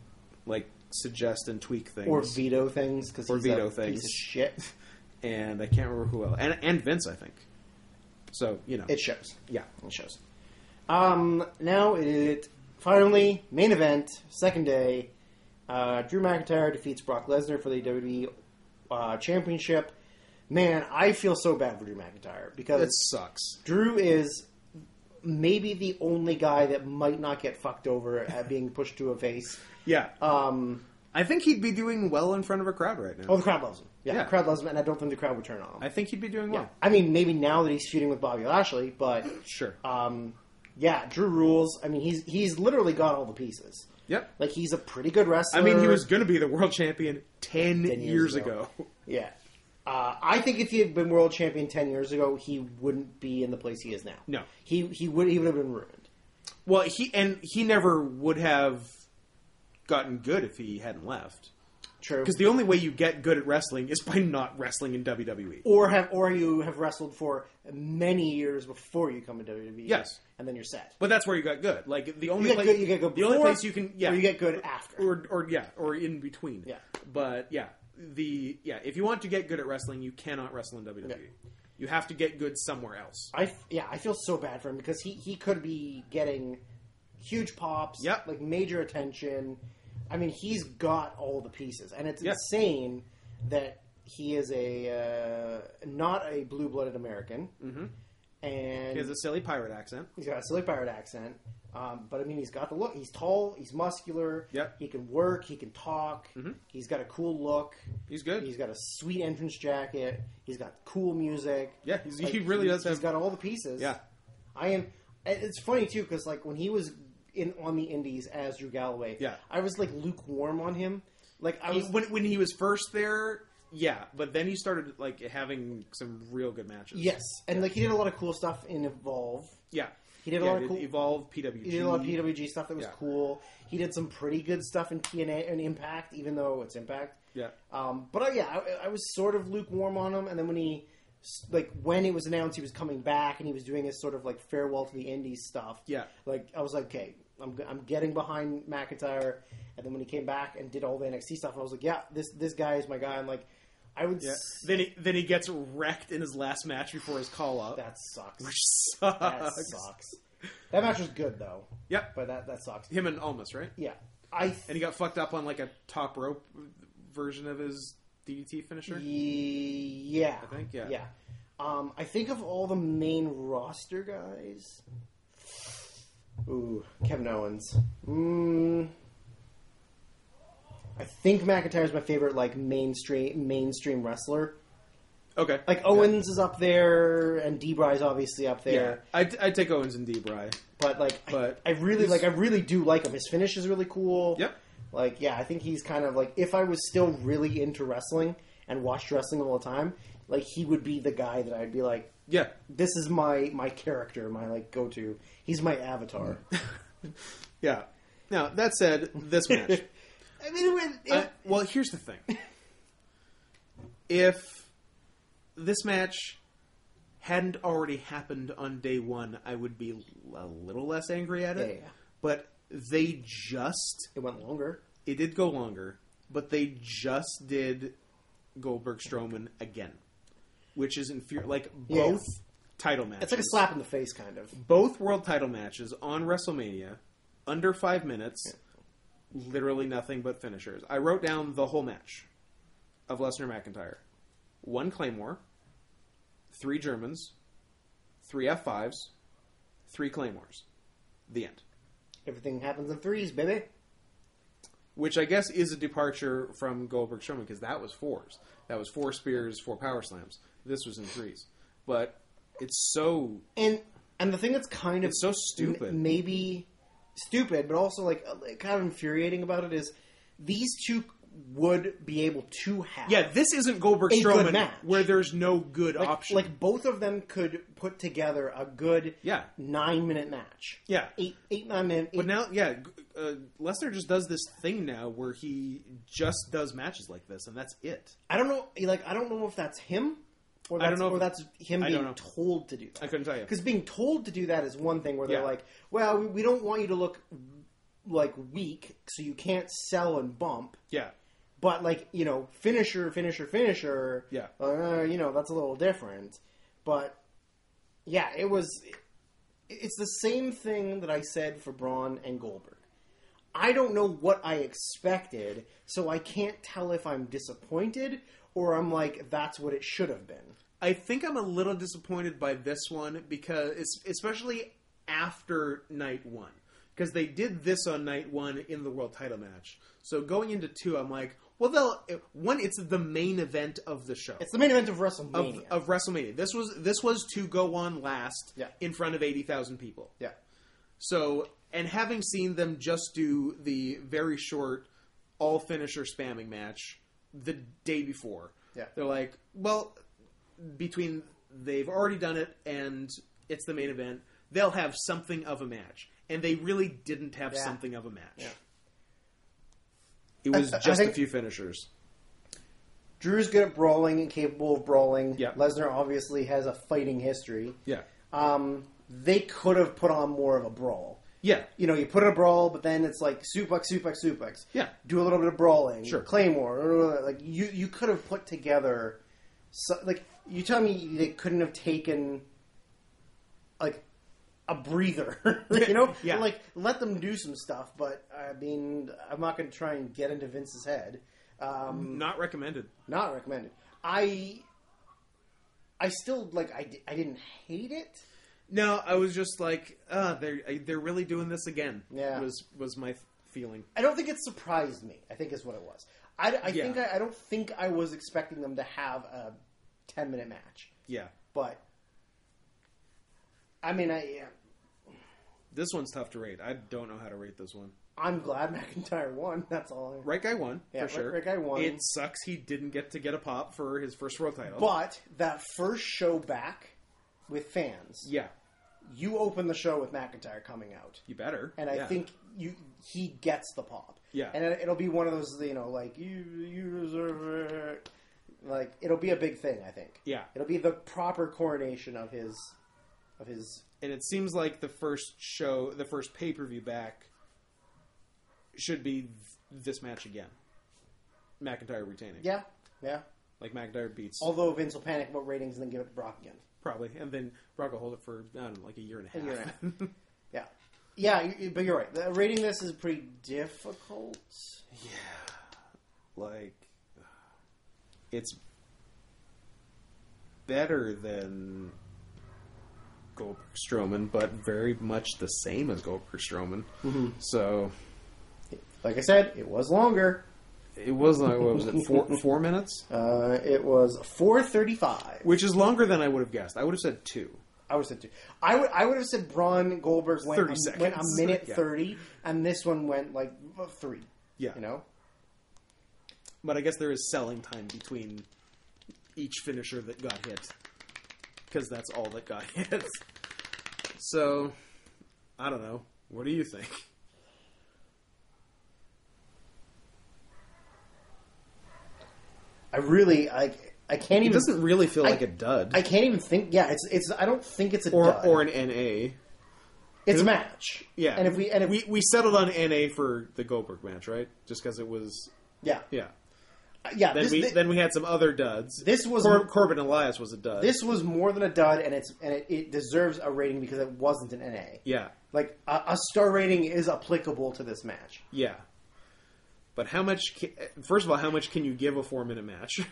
like suggest and tweak things,
Or veto things because
Or
he's
veto
a
things.
piece of shit.
and I can't remember who else, and and Vince, I think. So you know,
It shows.
yeah,
It shows. Um, now it finally main event second day. Uh, Drew McIntyre defeats Brock Lesnar for the WWE uh, Championship. Man, I feel so bad for Drew McIntyre because
that sucks.
Drew is maybe the only guy that might not get fucked over at being pushed to a face.
Yeah,
Um,
I think he'd be doing well in front of a crowd right now.
oh, the crowd loves him. Yeah,
Yeah.
the crowd loves him, and I don't think the crowd would turn on him.
I think he'd be doing well.
I mean, maybe now that he's feuding with Bobby Lashley, but
Sure.
Um, yeah, Drew rules. I mean, he's he's literally got all the pieces.
yep.
Like he's a pretty good wrestler.
I mean, he was going to be the world champion 10, years,
years
ago.
ago. Yeah, uh, I think if he had been world champion ten years ago, he wouldn't be in the place he is now.
No.
he he would he would have been ruined.
Well, he and he never would have gotten good if he hadn't left.
True.
Because the only way you get good at wrestling is by not wrestling in E. WWE.
or have or you have wrestled for many years before you come to WWE.
Yes.
and then you're set.
But that's where you got good. Like the only
You get
place
good. You get good.
the only
before,
place you can yeah
Or you get good after.
or or yeah or in between
Yeah.
But yeah, the yeah if you want to get good at wrestling, you cannot wrestle in WWE. You have to get good somewhere else.
I f- yeah, I feel so bad for him because he he could be getting huge pops,
Yep.
like major attention. I mean, he's got all the pieces, and it's
Yes.
insane that he is a uh, not a blue blooded American, mm-hmm. and
He has a silly pirate accent.
he's got a silly pirate accent. Um, but I mean, he's got the look. He's tall. He's muscular.
Yep. Mm-hmm.
He can work. He can talk. He's got a cool look.
He's good.
He's got a sweet entrance jacket. He's got cool music.
Yeah, he's- he really does
He's
have-
got all the pieces.
Yeah.
I am. and It's funny too because like when he was in on the Indies as Drew Galloway,
Yeah.
I was like lukewarm on him. Like I
He-
was.
when when he was first there, yeah, but then he started like having some real good matches.
yes, and like he did a lot of cool stuff in Evolve.
yeah,
He did a
Yeah,
lot of cool.
evolve PWG.
He did a lot of PWG stuff that was
Yeah.
cool. He did some pretty good stuff in TNA and Impact, even though it's Impact.
Yeah,
Um, but uh, yeah, I, I was sort of lukewarm on him, and then when he, s- like, when it was announced he was coming back and he was doing his sort of like farewell to the Indies stuff.
Yeah.
Like I was like, okay, I'm g- I'm getting behind McIntyre, and then when he came back and did all the NXT stuff, I was like, yeah, this this guy is my guy. And like, I would.
yeah.
s-
Then he then he gets wrecked in his last match before his call up.
that sucks.
Which sucks.
That sucks. That match was good though,
Yep.
but that that sucks.
Him and Almas, right?
Yeah, I
And he got fucked up on like a top rope version of his DDT finisher.
Ye- Yeah, I
think, yeah.
yeah. Um, I think of all the main roster guys. Ooh, Kevin Owens. Mm, I think McIntyre's my favorite, like mainstream mainstream wrestler.
Okay.
Like Owens is up there, and Debry's obviously up
Yeah.
there.
yeah. I'd, I'd take Owens and D. Bry.
But like, I-
But
I, really
he's-
like. I really do like him. His finish is really cool.
Yep.
Like, yeah, I think he's kind of like if I was still really into wrestling and watched wrestling all the time, like he would be the guy that I'd be like,
Yeah.
this is my my character, my like go to. He's my avatar.
Yeah. Now, that said, this match.
I mean, it went- it-
I- well, here's the thing. If this match hadn't already happened on day one, I would be l- a little less angry at it.
Yeah, yeah, yeah.
But they just
it went longer.
it did go longer, but they just did Goldberg Strowman again, which is inferior. Like
Yeah.
both title matches,
It's like a slap in the face, kind of.
both world title matches on WrestleMania, under five minutes, literally nothing but finishers. I wrote down the whole match of Lesnar McIntyre. One Claymore, three Germans, three F5s, three Claymores. The end.
Everything happens in threes, baby.
which I guess is a departure from Goldberg Strowman because that was fours. That was four spears, four power slams. This was in threes, but it's so
And and the thing that's kind of
It's so stupid.
m- maybe stupid, but also like uh, like, kind of infuriating about it is these two would be able to have
yeah. This isn't Goldberg
A good
Strowman
match.
where there's no good option.
Like both of them could put together a good
Yeah.
nine minute match.
Yeah.
Eight eight nine minute eight,
but now, yeah, g- uh, Lesnar just does this thing now where he just does matches like this, and that's it.
I don't know like I don't know if that's him or that's,
I don't know
or
if-
that's him
I
being
don't know.
told to do that.
I couldn't tell you.
Because being told to do that is one thing where they're
Yeah.
like, Well, we, we don't want you to look like weak, so you can't sell and bump.
Yeah,
But like you know, finisher, finisher, finisher.
Yeah.
uh, you know that's a little different. But yeah, it was. It's the same thing that I said for Braun and Goldberg. I don't know what I expected, so I can't tell if I'm disappointed or I'm like that's what it should have been.
I think I'm a little disappointed by this one because it's especially after night one because they did this on night one in the world title match. So going into two, I'm like, well, they'll eh, one. It's the main event of the show
It's the main event of
of,
WrestleMania.
of WrestleMania. This was this was to go on last
Yeah.
in front of eighty thousand people.
yeah,
So, and having seen them just do the very short all finisher spamming match the day before,
Yeah.
they're like, well, between they've already done it and it's the main event, they'll have something of a match. And they really didn't have
Yeah.
something of a match. It was
I- I
just a
think-
few finishers.
Drew's good at brawling and capable of brawling.
Yeah.
Lesnar obviously has a fighting history.
Yeah.
um, they could have put on more of a brawl.
Yeah.
You know, you put in a brawl, but then it's like suplex, suplex, suplex.
Yeah.
Do a little bit of brawling.
Sure.
Claymore. blah, blah, blah. Like you, you could have put together. So, like you tell me they couldn't have taken like a breather. you know,
Yeah.
Like let them do some stuff, but I mean, I'm not going to try and get into Vince's head. Um,
Not recommended.
not recommended. I. I still like I, di- I didn't hate it.
No, I was just like, ah, they're they're really doing this again.
Yeah.
was was my feeling.
I don't think it surprised me. I think is what it was. I, I
Yeah.
think I, I don't think I was expecting them to have a ten minute match,
Yeah,
but I mean, I yeah,
this one's tough to rate. I don't know how to rate this one.
I'm glad McIntyre won. That's all. I,
Right guy won
Yeah,
for sure.
Right- Right Guy won.
It sucks he didn't get to get a pop for his first world title.
But that first show back with fans,
yeah,
you open the show with McIntyre coming out.
you better.
and I
Yeah.
think you he gets the pop.
Yeah.
and it, it'll be one of those you know like you you deserve it. Like it'll be a big thing. I think.
Yeah.
it'll be the proper coronation of his of his.
and it seems like the first show, the first pay per view back, should be th- this match again. McIntyre retaining.
Yeah, yeah.
like McIntyre beats
Although Vince will panic about ratings and then give it to Brock again.
probably, and then Brock will hold it for I don't know, like a year and a half.
year and a half. Yeah, Yeah, you- you- but you're right. The- Rating this is pretty difficult.
Like, it's better than Goldberg Strowman, but very much the same as Goldberg Strowman.
Mm-hmm.
So
Like I said, it was longer.
it was like what was it four four minutes,
Uh, it was 435.
which is longer than I would have guessed. I would have said two.
I would have said two. I would I would have said Braun Goldberg went
30
a,
seconds.
went a minute
Yeah.
thirty, and this one went like uh, three.
Yeah.
you know.
But I guess there is selling time between each finisher that got hit. Because that's all that got hit. So, I don't know. What do you think?
I really I I can't
It
even
doesn't really feel
I-
like a dud.
I can't even think. Yeah, it's it's I don't think it's a
or,
dud.
or an NA.
it's a match.
Yeah.
and if we and if
we, we settled on NA for the Goldberg match, right? Just because it was.
yeah
Yeah.
yeah
Then
this,
we
thi-
then we had some other duds.
This was-
Cor- Corbin Elias was a dud.
this was more than a dud, and it's and it, it deserves a rating because it wasn't an NA.
Yeah.
Like a, a star rating is applicable to this match.
Yeah. But how much? Ca- first of all, how much can you give a four minute match?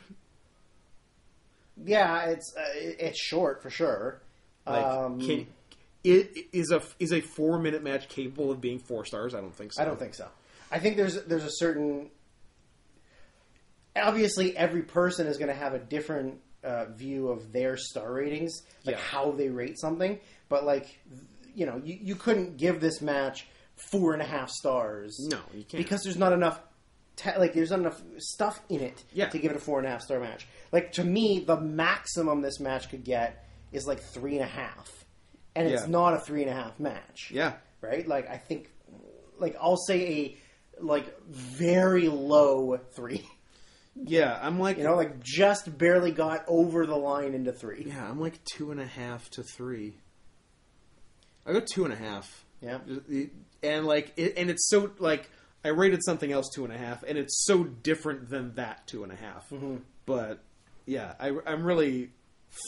Yeah, it's uh, it- it's short for sure.
Like,
um,
can it is a is a four minute match capable of being four stars? I don't think so.
I don't think so. I think there's there's a certain. Obviously, every person is going to have a different uh, view of their star ratings, like
Yeah.
how they rate something. But like, th- you know, you, you couldn't give this match four and a half stars.
No, you can't.
because there's not enough. Te- like there's not enough stuff in it
Yeah.
to give it a four and a half star match. Like to me, the maximum this match could get is like three and a half, and it's
Yeah.
not a three and a half match
Yeah,
right? Like I think, like I'll say a like very low three.
yeah. I'm like
You know, like just barely got over the line into three.
yeah, I'm like two and a half to three. I go two and a half.
Yeah.
and like it, and it's so like I rated something else two and a half, and it's so different than that two and a half. But yeah, I, I'm really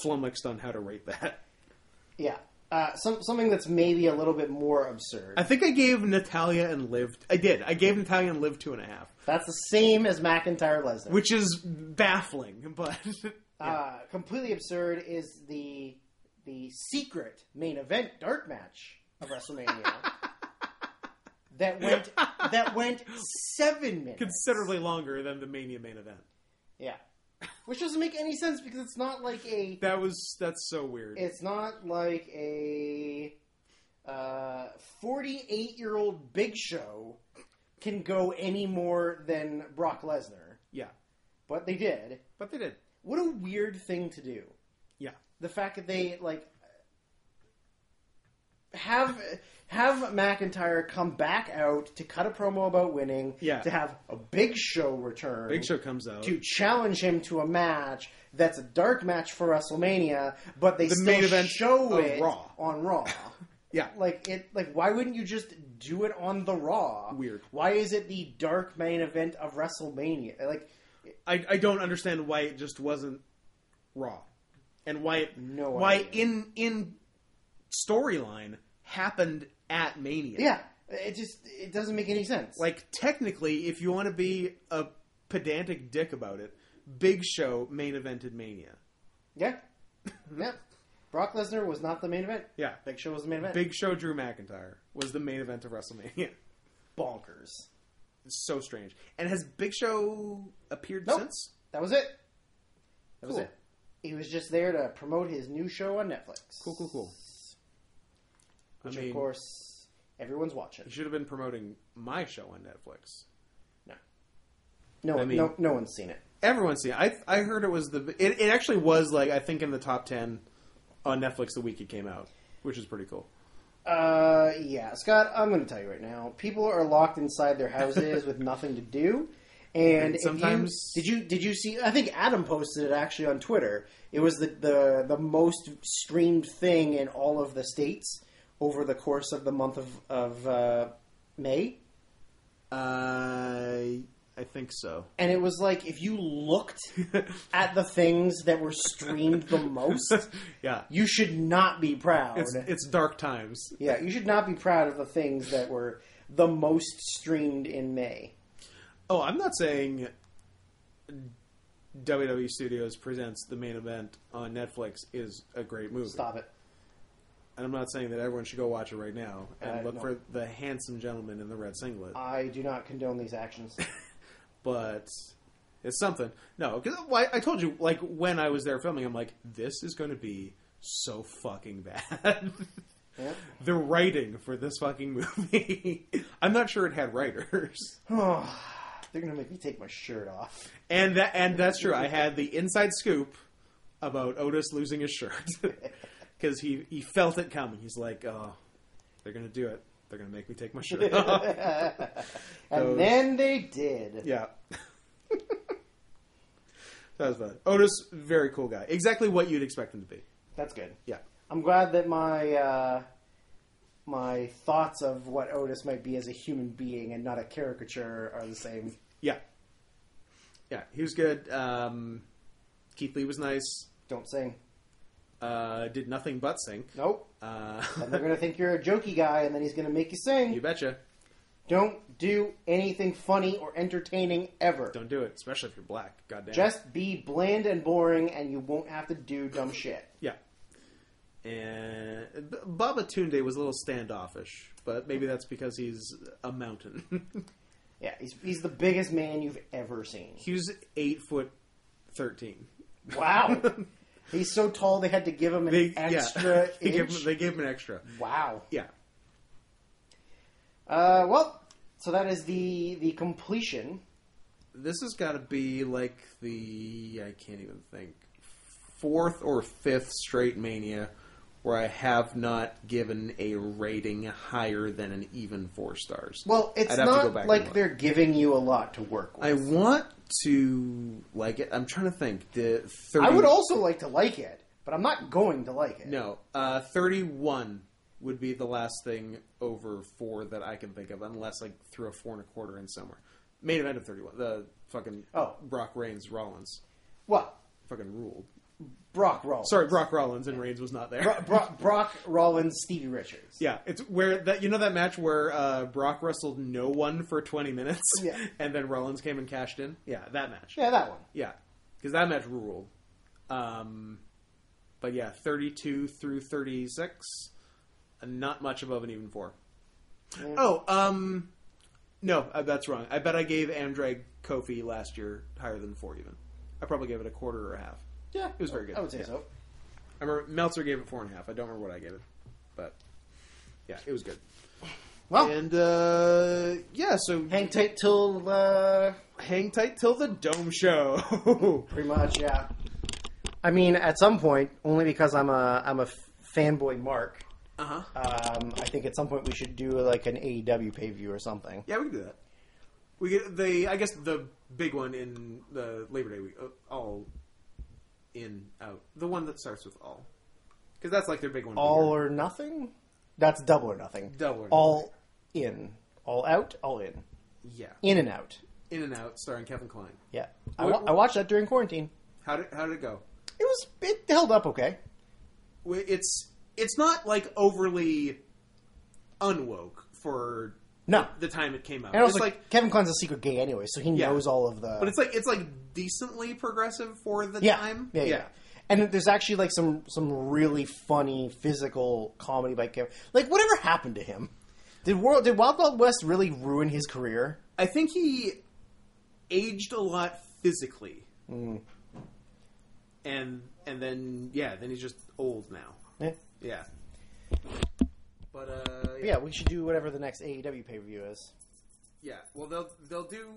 flummoxed on how to rate that.
Yeah. Uh, some something that's maybe a little bit more absurd.
I think I gave Natalia and Liv. I did. I gave Natalia and Liv two and a half.
That's the same as McIntyre Lesnar.
which is baffling. But
uh, completely absurd is the the secret main event dark match of WrestleMania. that went that went seven minutes.
considerably longer than the Mania main event.
yeah. Which doesn't make any sense because it's not like a
That was that's so weird.
it's not like a uh, 48 year old Big Show can go any more than Brock Lesnar,
yeah,
but they did.
but they did.
What a weird thing to do.
Yeah,
The fact that they like have have McIntyre come back out to cut a promo about winning,
Yeah.
to have a Big Show return,
Big Show comes out.
to challenge him to a match that's a dark match for WrestleMania, but they still
main event
show
of
it
Raw.
on Raw.
Yeah,
like it, like why wouldn't you just do it on the Raw?
Weird.
Why is it the dark main event of WrestleMania? Like
I, I don't understand why it just wasn't Raw, and why it
No
why
idea.
in in storyline happened at Mania.
yeah, it just it doesn't make any sense.
Like technically, if you want to be a pedantic dick about it, Big Show main evented Mania.
yeah, yeah. Brock Lesnar was not the main event.
Yeah.
Big Show was the main event.
Big Show Drew McIntyre was the main event of WrestleMania.
bonkers.
It's so strange. And has Big Show appeared
Nope.
since?
That was it. That was
Cool.
it. He was just there to promote his new show on Netflix.
Cool, cool, cool.
Which,
I mean,
of course, everyone's watching.
he should have been promoting my show on Netflix.
No, no,
I
one,
mean-
no, no one's seen it.
Everyone's seen. It. I I heard it was the. It, it actually was like I think in the top ten on Netflix the week it came out, which is pretty cool.
Uh, yeah, Scott, I'm going to tell you right now. People are locked inside their houses with nothing to do, and if you-
sometimes-
did you did you see? I think Adam posted it actually on Twitter. It was the the the most streamed thing in all of the states over the course of the month of of uh, May.
Uh, I think so.
and it was like if you looked at the things that were streamed the most,
yeah.
you should not be proud.
It's it's dark times.
yeah, you should not be proud of the things that were the most streamed in May.
Oh, I'm not saying WWE Studios presents the main event on Netflix is a great movie.
Stop it.
And I'm not saying that everyone should go watch it right now and
Uh,
look
no.
for the handsome gentleman in the red singlet.
I do not condone these actions.
but it's something. No, because I, I told you, like when I was there filming, I'm like, this is going to be so fucking bad.
Yeah.
the writing for this fucking movie, I'm not sure it had writers.
They're gonna make me take my shirt off.
And that and that's true. I had the inside scoop about Otis losing his shirt because he he felt it coming. He's like, oh, they're gonna do it. They're gonna make me take my shirt off.
And
Those-
then they did.
yeah. That was fun. Otis, very cool guy. Exactly what you'd expect him to be.
That's good.
Yeah.
I'm glad that my uh, my thoughts of what Otis might be as a human being and not a caricature are the same.
Yeah. Yeah. He was good. Um, Keith Lee was nice.
Don't sing.
Uh, did nothing but sing.
Nope.
Uh,
And they're gonna think you're a jokey guy, and then he's gonna make you sing.
you betcha.
Don't do anything funny or entertaining ever.
Don't do it, especially if you're black. Goddamn.
Just be bland and boring, and you won't have to do dumb shit.
Yeah. And B- Baba Tunde was a little standoffish, but maybe that's because he's a mountain.
Yeah, he's, he's the biggest man you've ever seen.
he was eight foot thirteen.
Wow. he's so tall they had to give him an
They,
extra
yeah. they, gave
inch.
him, they gave him an extra.
Wow.
Yeah.
Uh, well, so that is the the completion.
This has got to be like the I can't even think fourth or fifth straight mania where I have not given a rating higher than an even four stars.
Well, it's
I'd have to go
not
back and
like
look.
they're giving you a lot to work with.
I want to like it. I'm trying to think. The 30,
I would also like to like it, but I'm not going to like it.
no. Uh, 31 would be the last thing over four that I can think of, unless like threw a four and a quarter in somewhere. Main event of 31. The fucking
Oh.
Brock Reigns Rollins
Well,
fucking ruled.
Brock Rollins.
Sorry, Brock Rollins and Reigns was not there.
Bro- Bro- Brock Rollins, Stevie Richards.
yeah, it's where that you know that match where uh, Brock wrestled no one for 20 minutes,
Yeah.
and then Rollins came and cashed in. Yeah, that match.
Yeah, that one.
Yeah, because that match ruled. Um, but yeah, 32 through 36, uh, not much above an even four. Oh, um, no, uh, that's wrong. I bet I gave Andrade Kofi last year higher than four even. I probably gave it a quarter or a half.
Yeah,
was very good.
I would say
Yeah.
so.
I remember Meltzer gave it four and a half. I don't remember what I gave it, but yeah, it was good.
Well,
And uh, yeah, so
hang tight till uh,
hang tight till the dome show.
pretty much. Yeah. I mean, at some point, only because I'm a I'm a f- fanboy, Mark.
uh huh.
Um, I think at some point we should do like an AEW pay view or something.
Yeah, we can do that. We get the I guess the big one in the Labor Day week, uh, all in out the one that starts with all, because that's like their big one.
All or nothing. That's double or nothing.
Double or
all in, all out, all in,
yeah,
in and out.
in and out, starring Kevin Klein.
Yeah, I,
What-
wa- I watched that during quarantine.
How did how did it go?
It was it held up okay.
Wi- It's it's not like overly unwoke for
No,
the time it came out.
and also
it's
like,
like
Kevin Klein's a secret gay anyway, so he knows all of the.
but it's like it's like decently progressive for the
yeah.
time.
Yeah, yeah, yeah. And there's actually like some some really funny physical comedy by Kevin. Like whatever happened to him? Did World did Wild Wild West really ruin his career?
I think he aged a lot physically,
Mm.
and and then yeah, then he's just old now.
Yeah.
Yeah, but uh, yeah,
Yeah, we should do whatever the next AEW pay per view is.
yeah. Well, they'll they'll do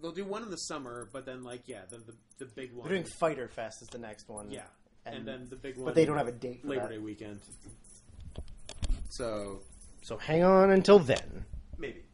they'll do one in the summer, but then like yeah, the the, the big one.
We're doing Fighter Fest is the next one.
yeah, and, then the big one.
but they don't have a date for
Labor
that.
Day weekend. So
So hang on until then.
maybe.